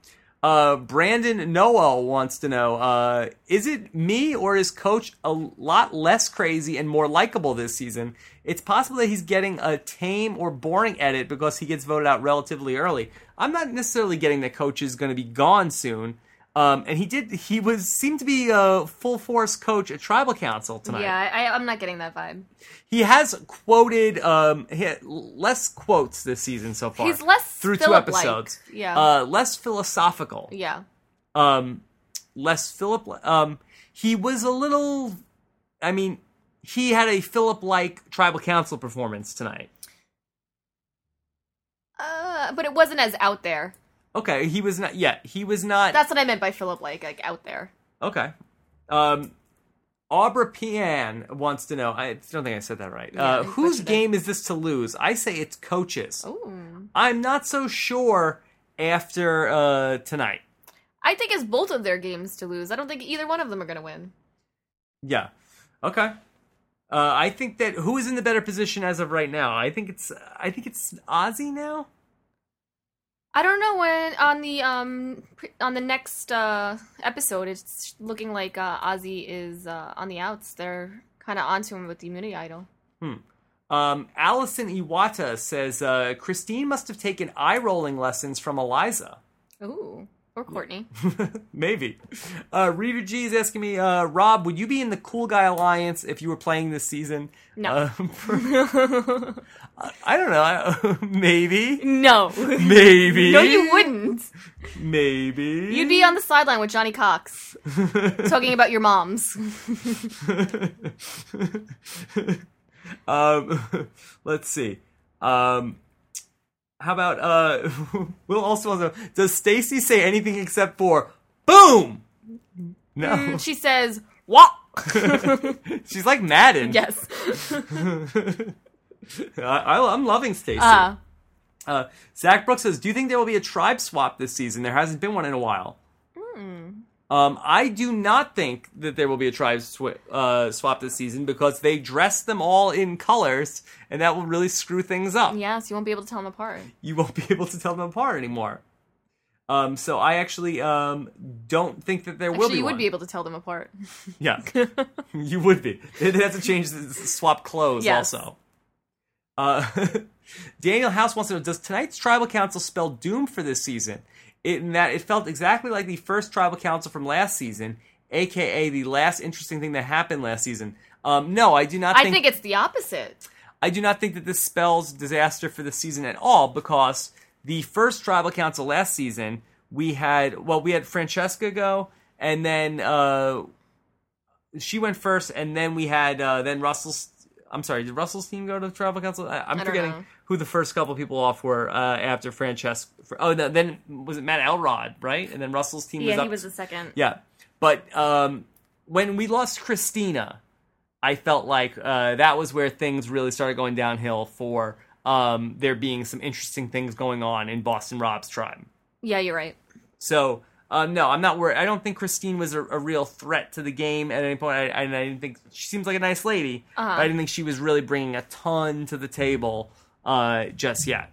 A: Uh, Brandon Noel wants to know: uh, Is it me or is Coach a lot less crazy and more likable this season? It's possible that he's getting a tame or boring edit because he gets voted out relatively early. I'm not necessarily getting that Coach is going to be gone soon. Um, and he did. He was seemed to be a full force coach at Tribal Council tonight
B: Yeah, I, I, I'm not getting that vibe.
A: he has quoted um he had less quotes this season so far.
B: He's less
A: through two
B: Philip-like,
A: episodes.
B: yeah.
A: uh, less philosophical.
B: Yeah.
A: Um, less Philip. Um, he was a little. I mean, he had a Philip-like tribal council performance tonight.
B: Uh, but it wasn't as out there.
A: Okay, he was not. Yeah, he was not.
B: That's what I meant by Philip like like out there.
A: Okay. Um, Aubra Pian wants to know. I don't think I said that right.
B: I
A: uh,
B: butchered
A: whose
B: it.
A: game is this to lose? I say it's coaches.
B: Ooh.
A: I'm not so sure after uh, tonight.
B: I think it's both of their games to lose. I don't think either one of them are going to win.
A: Yeah. Okay. Uh, I think that who is in the better position as of right now? I think it's I think it's Ozzy now.
B: I don't know when on the um pre- on the next uh episode it's looking like uh Ozzy is uh on the outs. They're kind of onto him with the immunity idol.
A: Um, Allison Iwata says uh, Christine must have taken eye rolling lessons from Eliza.
B: Ooh. Or [LAUGHS] Courtney.
A: Maybe. Uh, Reader G is asking me, uh, Rob, would you be in the Cool Guy Alliance if you were playing this season?
B: No.
A: Uh, [LAUGHS] I don't know. I- [LAUGHS] Maybe.
B: No.
A: Maybe.
B: no you wouldn't.
A: Maybe.
B: You'd be on the sideline with Johnny [LAUGHS] Cox talking about your moms.
A: um, [LAUGHS] let's see. Um, how about uh, [LAUGHS] Will also wants to know, does Stacy say anything except for boom? No,
B: [LAUGHS] she says,
A: [LAUGHS] what? She's like Madden.
B: "Yes."
A: [LAUGHS]
B: [LAUGHS]
A: I, I, am loving Stacy.
B: Uh,
A: Uh, Zach Brooks says, "Do you think there will be a tribe swap this season? There hasn't been one in a while."
B: Hmm.
A: Um, I do not think that there will be a tribe swi uh, swap this season because they dress them all in colors, and that will really screw things up.
B: yes, you won't be able to tell them apart.
A: You won't [LAUGHS] be able to tell them apart anymore. Um, so I actually um, don't think that there will
B: Actually,
A: be.
B: you
A: one.
B: would be able to tell them apart.
A: [LAUGHS] Yeah, you would be. They'd have to change the swap clothes
B: Yes.
A: also. Uh, [LAUGHS] Daniel House wants to know: Does tonight's tribal council spell doom for this season? In that it felt exactly like the first tribal council from last season, aka the last interesting thing that happened last season. Um, no, I do not.
B: I
A: think,
B: think it's the opposite.
A: I do not think that this spells disaster for the season at all because the first tribal council last season we had well we had Francesca go and then uh she went first and then we had uh then Russell's I'm sorry did Russell's team go to the tribal council I, I'm
B: don't
A: forgetting
B: know.
A: who the first couple people off were uh after Francesca oh no, then was it Matt Elrod right and then Russell's team was
B: Yeah,
A: up
B: he was the second.
A: yeah. But um, when we lost Christina, I felt like uh, that was where things really started going downhill for um, there being some interesting things going on in Boston Rob's tribe.
B: Yeah, you're right.
A: So. Um, no, I'm not worried. I don't think Christine was a, a real threat to the game at any point. I, I, I didn't think she seems like a nice lady,
B: Uh-huh.
A: but I didn't think she was really bringing a ton to the table uh, just yet.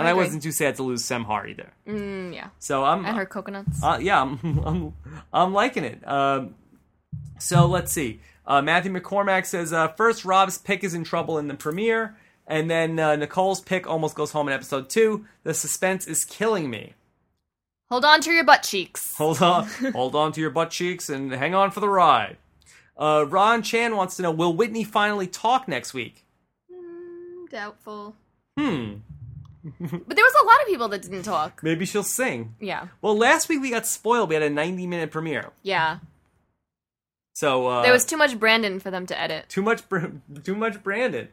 A: And I,
B: agree.
A: wasn't too sad to lose Semhar either.
B: Mm, yeah,
A: So I'm
B: and her coconuts.
A: uh, yeah, I'm, [LAUGHS] I'm I'm liking it. Um, so let's see. Uh, Matthew McCormack says uh, first Rob's pick is in trouble in the premiere, and then uh, Nicole's pick almost goes home in episode two. The suspense is killing me.
B: Hold on to your butt cheeks.
A: Hold
B: [LAUGHS]
A: on, hold on to your butt cheeks and hang on for the ride. Uh, Ron Chan wants to know: Will Whitney finally talk next week?
B: Doubtful.
A: Hmm.
B: [LAUGHS] But there was a lot of people that didn't talk.
A: Maybe she'll sing.
B: Yeah,
A: Well, last week we got spoiled. We had a 90-minute premiere,
B: yeah.
A: so uh,
B: There was too much Brandon for them to edit.
A: too much Br- too much brandon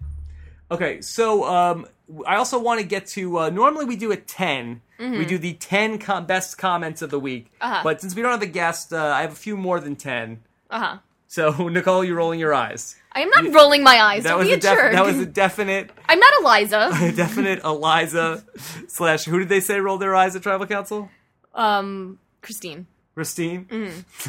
A: okay so um i also want to get to uh normally we do a 10 We do the 10 com- best comments of the week.
B: Mm-hmm. Uh-huh.
A: But since we don't have a guest, uh, I have a few more than 10.
B: Uh huh.
A: So, [LAUGHS] Nicole, you're rolling your eyes.
B: I am not rolling my eyes.
A: That
B: Don't
A: was,
B: be a,
A: a def-
B: jerk.
A: that was a definite,
B: [LAUGHS]
A: [LAUGHS]
B: I'm not Eliza.
A: a definite Eliza slash who did they say rolled their eyes at Tribal Council?
B: Um, Christine.
A: Christine.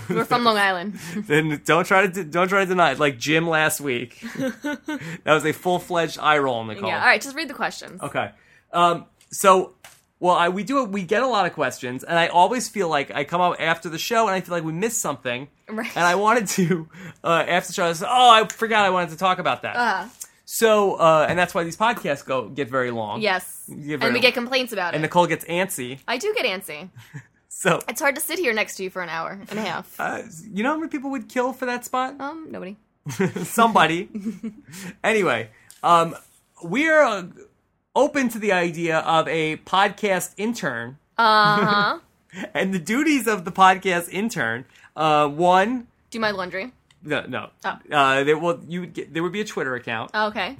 B: We're from Long Island.
A: [LAUGHS] Then don't try to de- don't try to deny it. Like Jim last
B: [LAUGHS]
A: week, that was a full fledged eye roll, Nicole.
B: Yeah. All right. Just read the questions.
A: Oh. Okay. Um, so, well, I, we do we get a lot of questions, and I always feel like I come out after the show, and I feel like we missed something.
B: Right.
A: And I
B: [LAUGHS]
A: wanted to [LAUGHS] uh, after the show. I was, oh, I forgot I wanted to talk about that.
B: Uh,
A: so, uh, and that's why these podcasts go get very long.
B: yes.
A: You get
B: and
A: very-
B: we get complaints about
A: And
B: it.
A: Nicole gets antsy.
B: I do get antsy.
A: So,
B: It's hard to sit here next to you for an hour and
A: [LAUGHS]
B: a half.
A: uh, you know how many people would kill for that spot?
B: [LAUGHS] Um, nobody.
A: Somebody. anyway, um, we're uh, open to the idea of a podcast intern.
B: Uh
A: [LAUGHS]
B: huh.
A: And the duties of the podcast intern, uh, one,
B: Do my laundry.
A: no, no,
B: Oh.
A: uh, there will you would get, there would be a Twitter account,
B: Okay.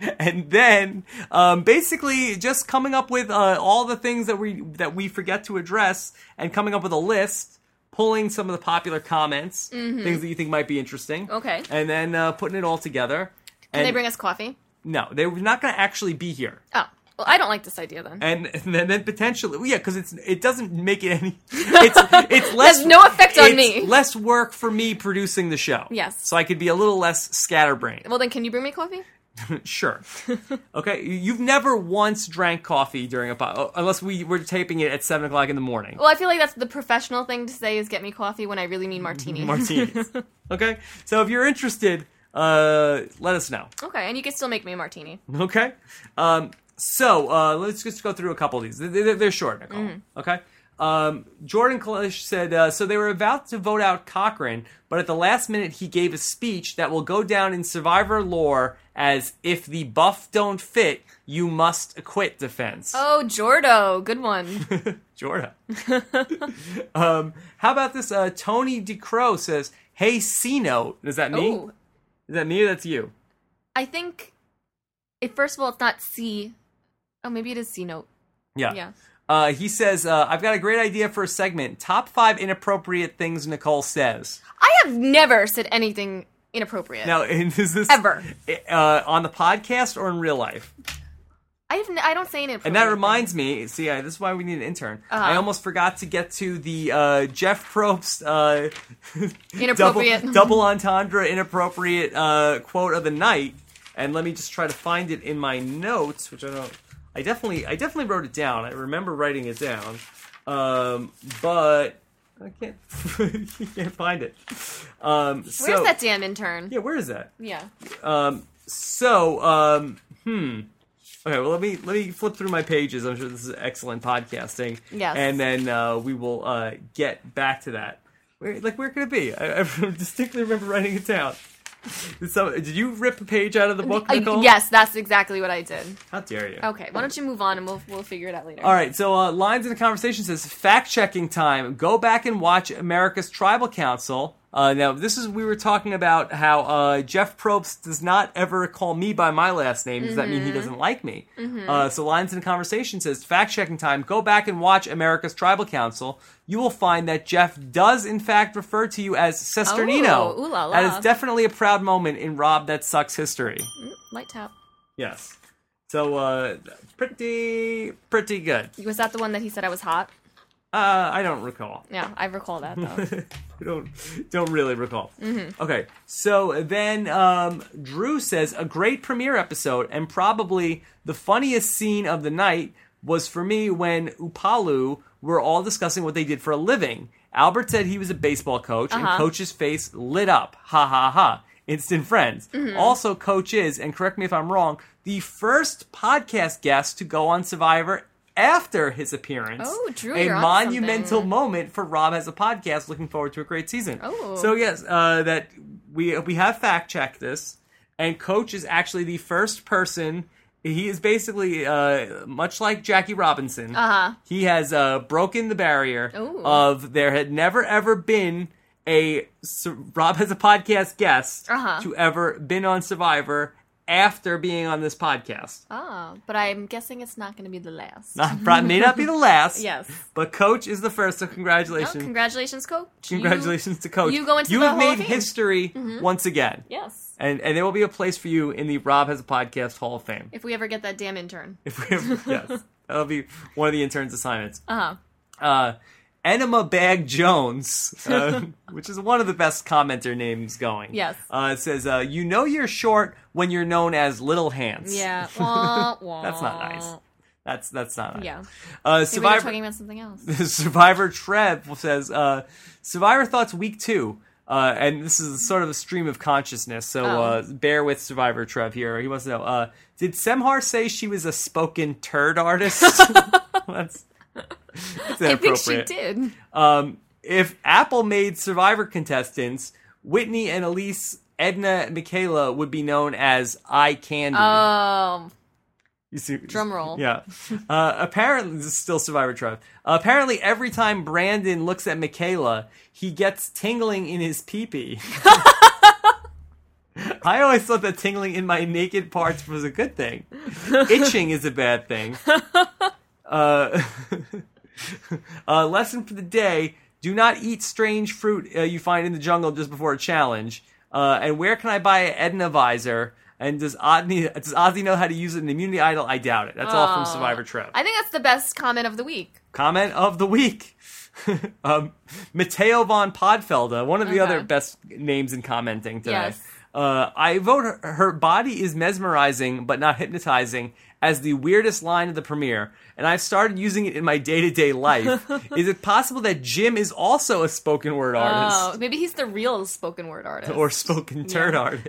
A: and then um, basically just coming up with uh, all the things that we that we forget to address, and coming up with a list, pulling some of the popular comments, things that you think might be interesting,
B: Mm-hmm. Okay.
A: and then uh, putting it all together.
B: Can they bring us coffee?
A: No, they're not going to actually be here.
B: Oh. Well, I don't like this idea then.
A: and [LAUGHS] then, then potentially, well, yeah, because it's it doesn't make it any. [LAUGHS] It's it's less
B: There's no effect on
A: it's
B: me.
A: Less work for me producing the show.
B: Yes.
A: so I could be a little less scatterbrained. [LAUGHS]
B: Well, then, can you bring me coffee? [LAUGHS]
A: sure. okay, you've never once drank coffee during a pod, unless we were taping it at seven o'clock in the morning.
B: Well, I feel like that's the professional thing to say is get me coffee when I really
A: [LAUGHS]
B: mean martini.
A: Martinis. okay, so if you're interested, uh, let us know.
B: [LAUGHS] okay, and you can still make me a martini.
A: Okay. Um, so uh, let's just go through a couple of these. They- They're, they're short, Nicole.
B: Mm-hmm.
A: Okay. Um, Jordan Klish said uh, so they were about to vote out Cochran, but at the last minute he gave a speech that will go down in Survivor lore as if the buff don't fit, you must acquit defense.
B: Oh, Jordo,
A: [LAUGHS]
B: good one. [LAUGHS]
A: Jordan. um, how about this? Uh, Tony DeCrow says, "Hey, C note." Is that me?
B: Ooh,
A: Is that me? Or that's you.
B: Oh, I think. It, first of all, it's not C. Oh, maybe it is C note. Yeah.
A: Uh, he says, uh, I've got a great idea for a segment. Top five inappropriate things Nicole says.
B: I have never said anything inappropriate.
A: Now, [LAUGHS] is this
B: Ever.
A: uh, on the podcast or in real life?
B: I have. N- I don't say inappropriate.
A: And that reminds me, see, I, this is why we need an intern.
B: Uh-huh.
A: I almost forgot to get to the uh, Jeff Probst uh, double, [LAUGHS]
B: Inappropriate. [LAUGHS]
A: double entendre inappropriate uh, quote of the night. And let me just try to find it in my notes, which I don't. I definitely, I definitely wrote it down. I remember writing it down, um, but I can't, [LAUGHS] I can't find it. Um,
B: Where's
A: so,
B: that damn intern?
A: Yeah, where is that?
B: Yeah.
A: Um, so, um, hmm. Okay, well let me let me flip through my pages. I'm sure this is excellent podcasting.
B: Yes.
A: And then uh, we will uh, get back to that. Where, like where could it be? I, [LAUGHS] I distinctly remember writing it down. Did, some, did you rip a page out of the book,
B: I-
A: Nicole?
B: yes, that's exactly what I did.
A: How dare you?
B: Okay, why don't you move on and we'll we'll figure it out later.
A: All right, so uh, lines in the conversation says fact checking time. Go back and watch America's Tribal Council. Uh, now, this is we were talking about how uh, Jeff Probst does not ever call me by my last name. Does that mean he
B: Mm-hmm.
A: doesn't like me? Uh, so, lines in the conversation says fact checking time. Go back and watch America's Tribal Council. You will find that Jeff does in fact refer to you as Sesternino.
B: Oh, ooh la Mm. la.
A: That is definitely a proud moment in Rob that sucks history.
B: Light tap.
A: Yes. So, uh, pretty, pretty good.
B: Was that the one that he said I was hot?
A: Uh, I don't recall.
B: Yeah, I recall that
A: [LAUGHS]
B: though.
A: don't don't really recall.
B: Mm-hmm.
A: Okay, so then um, Drew says a great premiere episode and probably the funniest scene of the night was for me when Upalu were all discussing what they did for a living. Albert said he was a baseball coach, and
B: Uh-huh.
A: Coach's face lit up. Ha ha ha! Instant friends.
B: Mm-hmm.
A: Also, Coach is, and correct me if I'm wrong, the first podcast guest to go on Survivor after his appearance.
B: Oh, Drew,
A: a
B: you're onto
A: monumental
B: something.
A: moment for Rob as a podcast. Looking forward to a great season.
B: Oh.
A: so yes, uh, that we we have fact checked this, and Coach is actually the first person. He is basically uh, much like Jackie Robinson.
B: Uh-huh.
A: He has uh, broken the barrier
B: Ooh.
A: of there had never ever been a Sur- Rob has a podcast guest
B: Uh-huh.
A: to ever been on Survivor after being on this podcast.
B: Oh, but I'm guessing it's not going to be the last.
A: Not [LAUGHS] probably may not be the last.
B: [LAUGHS] Yes.
A: But Coach is the first, so
B: Oh,
A: congratulations.
B: congratulations, coach. You-
A: congratulations to Coach.
B: you go into
A: You
B: the
A: have
B: Hall
A: made
B: of Fame. Mm-hmm.
A: history once again.
B: yes.
A: And and there will be a place for you in the Rob has a podcast Hall of Fame.
B: If we ever get that damn intern.
A: If we
B: [LAUGHS]
A: yes. That'll be one of the intern's assignments.
B: Uh huh.
A: Uh Enema Bag Jones,
B: [LAUGHS]
A: uh, which is one of the best commenter names going.
B: Yes.
A: Uh, it says, uh, You know you're short when you're known as Little Hands. [LAUGHS]
B: Yeah. Wah, wah.
A: That's not nice. That's that's not nice.
B: Yeah.
A: Uh,
B: Maybe we're
A: Survivor
B: talking about something else.
A: Survivor Trev says, uh, Survivor Thoughts Week 2. Uh, and this is sort of a stream of consciousness, so
B: Oh.
A: uh, bear with Survivor Trev here. He wants to know uh, Did Semhar say she was a spoken turd
B: [LAUGHS]
A: artist? [LAUGHS] that's, that's
B: I think she
A: [LAUGHS] inappropriate.
B: did.
A: Um, if Apple made Survivor contestants, Whitney and Elise, Edna, and Michaela would be known as Eye Candy.
B: Um.
A: You see,
B: Drum roll.
A: [LAUGHS] Yeah. Uh, apparently, this is still Survivor Trev. apparently, every time Brandon looks at Michaela, he gets tingling in his pee
B: [LAUGHS]
A: pee. I always thought that tingling in my naked parts was a good thing. Itching is a bad thing. Uh, [LAUGHS] uh, lesson for the day do not eat strange fruit uh, you find in the jungle just before a challenge. Uh, and where can I buy an Edna visor? And does Ozzy, does Ozzy know how to use an immunity idol? I doubt it. That's all from
B: Aw.
A: Survivor Trip.
B: I think that's the best comment of the week.
A: Comment of the week. [LAUGHS] um, Matteo von Podfelda, one of the
B: Okay.
A: other best names in commenting today.
B: Uh-huh. Yes.
A: Uh, I vote her, her body is mesmerizing but not hypnotizing as the weirdest line of the premiere, and I've started using it in my day to day
B: [LAUGHS]
A: life. is it possible that Jim is also a spoken word
B: Oh,
A: artist
B: maybe he's the real spoken word artist.
A: or spoken turd artist?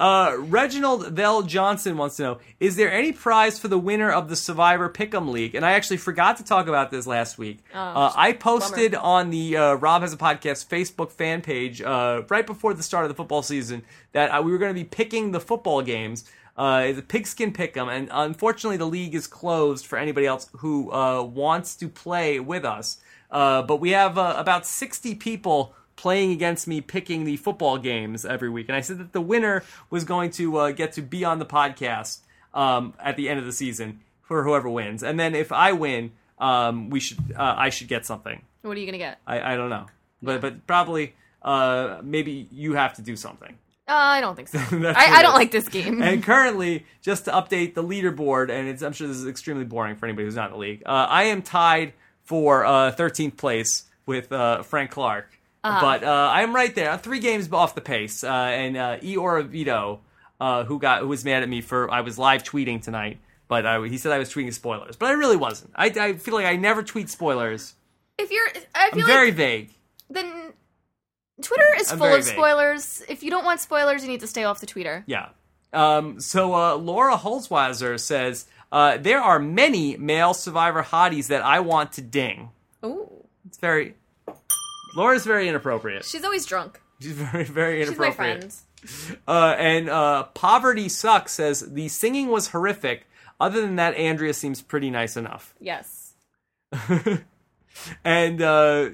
A: Uh, Reginald Vell Johnson wants to know: Is there any prize for the winner of the Survivor Pick'em League? And I actually forgot to talk about this last week. uh, I posted on the uh, Rob Has a Podcast Facebook fan page uh, right before the start of the football season that uh, we were going to be picking the football games. Uh, it's a pigskin pick'em, and unfortunately, the league is closed for anybody else who uh, wants to play with us. Uh, but we have uh, about 60 people playing against me picking the football games every week. And I said that the winner was going to uh, get to be on the podcast um, at the end of the season for whoever wins. And then if I win, um, we should uh, I should get something.
B: what are you gonna get?
A: I, I don't know, but but probably uh, maybe you have to do something. [LAUGHS]
B: Uh, I don't think so.
A: That's
B: I, I
A: weird.
B: don't like this game.
A: And currently, just to update the leaderboard, and it's, I'm sure this is extremely boring for anybody who's not in the league. Uh, I am tied for uh, 13th place with uh, Frank Clark,
B: Ah.
A: but uh, I'm right there. I'm three games off the pace, uh, and uh, Eora Vito, uh, who got who was mad at me for I was live tweeting tonight, but I, he said I was tweeting spoilers, but I really wasn't. I, I feel like I never tweet spoilers.
B: if you're, I
A: I'm
B: feel
A: very
B: like
A: vague.
B: then Twitter is
A: I'm
B: full
A: very
B: of
A: vague.
B: spoilers. If you don't want spoilers, you need to stay off the Twitter.
A: Yeah. Um, so uh, Laura Holzweiser says uh, there are many male survivor hotties that I want to ding.
B: Ooh,
A: It's very. Laura's very inappropriate. [LAUGHS]
B: she's always drunk.
A: She's very, very
B: She's my
A: inappropriate.
B: friend.
A: Uh, and uh, poverty sucks says the singing was horrific. Other than that, Andrea seems pretty nice enough.
B: Yes.
A: And uh,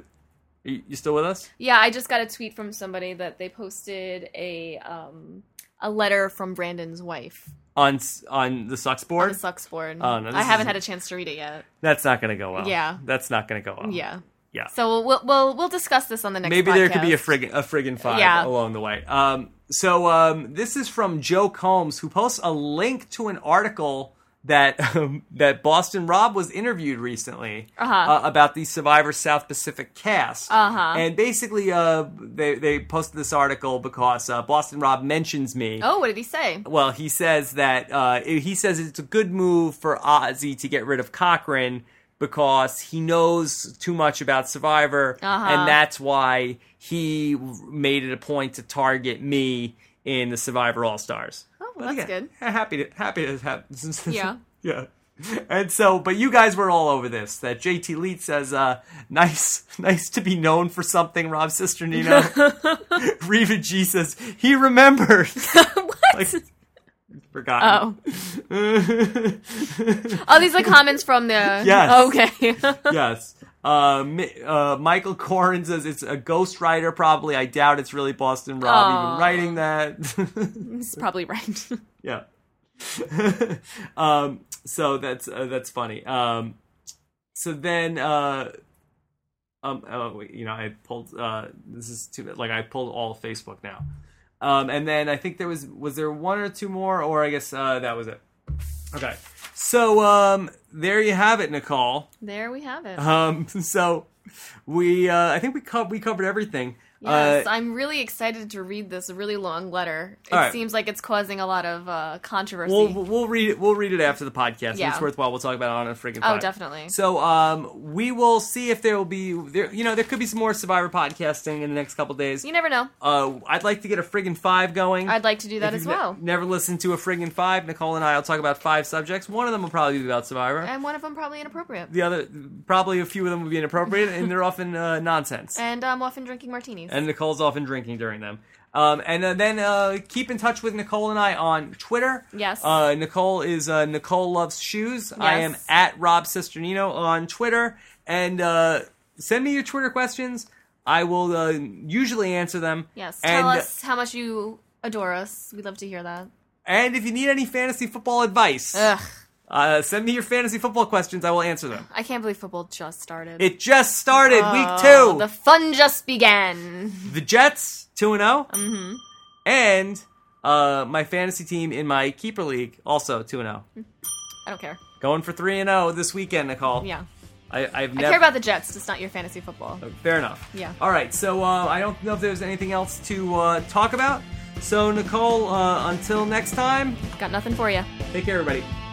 A: you, you still with us?
B: Yeah, I just got a tweet from somebody that they posted a um a letter from Brandon's wife
A: On s- on the sucks
B: on
A: board?
B: the Sucks board.
A: Oh, no,
B: I
A: this is-
B: haven't had a chance to read it yet.
A: That's not going to go well.
B: Yeah.
A: That's not going to go well.
B: Yeah.
A: Yeah.
B: So we'll we'll we'll discuss this on the next.
A: Maybe there could be a friggin'
B: podcast.
A: a friggin' five
B: Yeah.
A: along the way. Um, so um, this is from Joe Combs, who posts a link to an article that um, that Boston Rob was interviewed recently
B: Uh-huh.
A: uh, about the Survivor South Pacific cast.
B: Uh-huh.
A: And basically, uh, they they posted this article because uh, Boston Rob mentions me.
B: Oh, what did he say?
A: Well, he says that uh, it- he says it's a good move for Ozzy to get rid of Cochran because he knows too much about Survivor,
B: Uh-huh.
A: and that's why he made it a point to target me in the Survivor All Stars.
B: Oh, well,
A: [LAUGHS]
B: that's good. [LAUGHS]
A: Happy to happy to have. [LAUGHS]
B: Yeah.
A: yeah. And so, but you guys were all over this. That JT Leet says, uh, "Nice, [LAUGHS] nice to be known for something." Rob
B: [LAUGHS]
A: Cisternino, [LAUGHS] Reva G says he remembers.
B: what?
A: like
B: Oh.
A: [LAUGHS] forgotten.
B: Oh, these are comments from the.
A: [LAUGHS] Yes.
B: Okay.
A: [LAUGHS]
B: [LAUGHS]
A: yes. Uh, Mi- uh, Michael Corrin says it's a ghostwriter, probably. I doubt it's really Boston Rob
B: Aw.
A: even writing that. [LAUGHS]
B: He's probably right. [LAUGHS]
A: yeah. [LAUGHS] um, so that's uh, that's funny. Um, so then, uh, um, oh, wait, you know, I pulled. Uh, this is too bad. like I pulled all of Facebook now. Um, and then I think there was was there one or two more, or I guess uh, that was it. Okay, so um, there you have it, Nicole.
B: there we have it.
A: Um, [LAUGHS] so we, uh, I think we co- we covered everything.
B: Yes,
A: Uh,
B: I'm really excited to read this really long letter. It
A: All right.
B: seems like it's causing a lot of uh, controversy.
A: we'll we'll read it. We'll read it after the podcast.
B: Yeah.
A: It's worthwhile. We'll talk about it on a freaking.
B: oh, definitely.
A: So um, we will see if there will be there. You know, there could be some more Survivor podcasting in the next couple days.
B: you never know.
A: Uh, I'd like to get a friggin' five going.
B: I'd like to do that
A: If
B: as
A: you've ne-
B: well.
A: never listened to a friggin' five. Nicole and I will talk about five subjects. One of them will probably be about Survivor.
B: and one of them probably inappropriate.
A: the other, probably a few of them will be inappropriate, and they're often uh, nonsense.
B: And I'm often drinking martinis.
A: and Nicole's often drinking during them. Um, and uh, then uh, keep in touch with Nicole and I on Twitter.
B: Yes.
A: Uh, Nicole is uh, Nicole loves shoes. I am
B: Yes.
A: at Rob Cisternino on Twitter, and uh, send me your Twitter questions. I will uh, usually answer them.
B: yes,
A: And
B: tell us how much you adore us. We'd love to hear that.
A: and if you need any fantasy football advice,
B: Ugh,
A: uh, send me your fantasy football questions. I will answer them.
B: I can't believe football just started.
A: It just started week
B: Oh,
A: two.
B: The fun just began.
A: the Jets two and zero,
B: Mm-hmm.
A: and uh, my fantasy team in my keeper league also two and zero,
B: I don't care.
A: going for three and zero this weekend. Nicole,
B: Yeah,
A: I, I've
B: I
A: never.
B: care about the Jets. It's not your fantasy football.
A: Fair enough.
B: Yeah.
A: All right. So uh, I don't know if there's anything else to uh, talk about. So Nicole, uh, until next time,
B: Got nothing for you.
A: take care, everybody.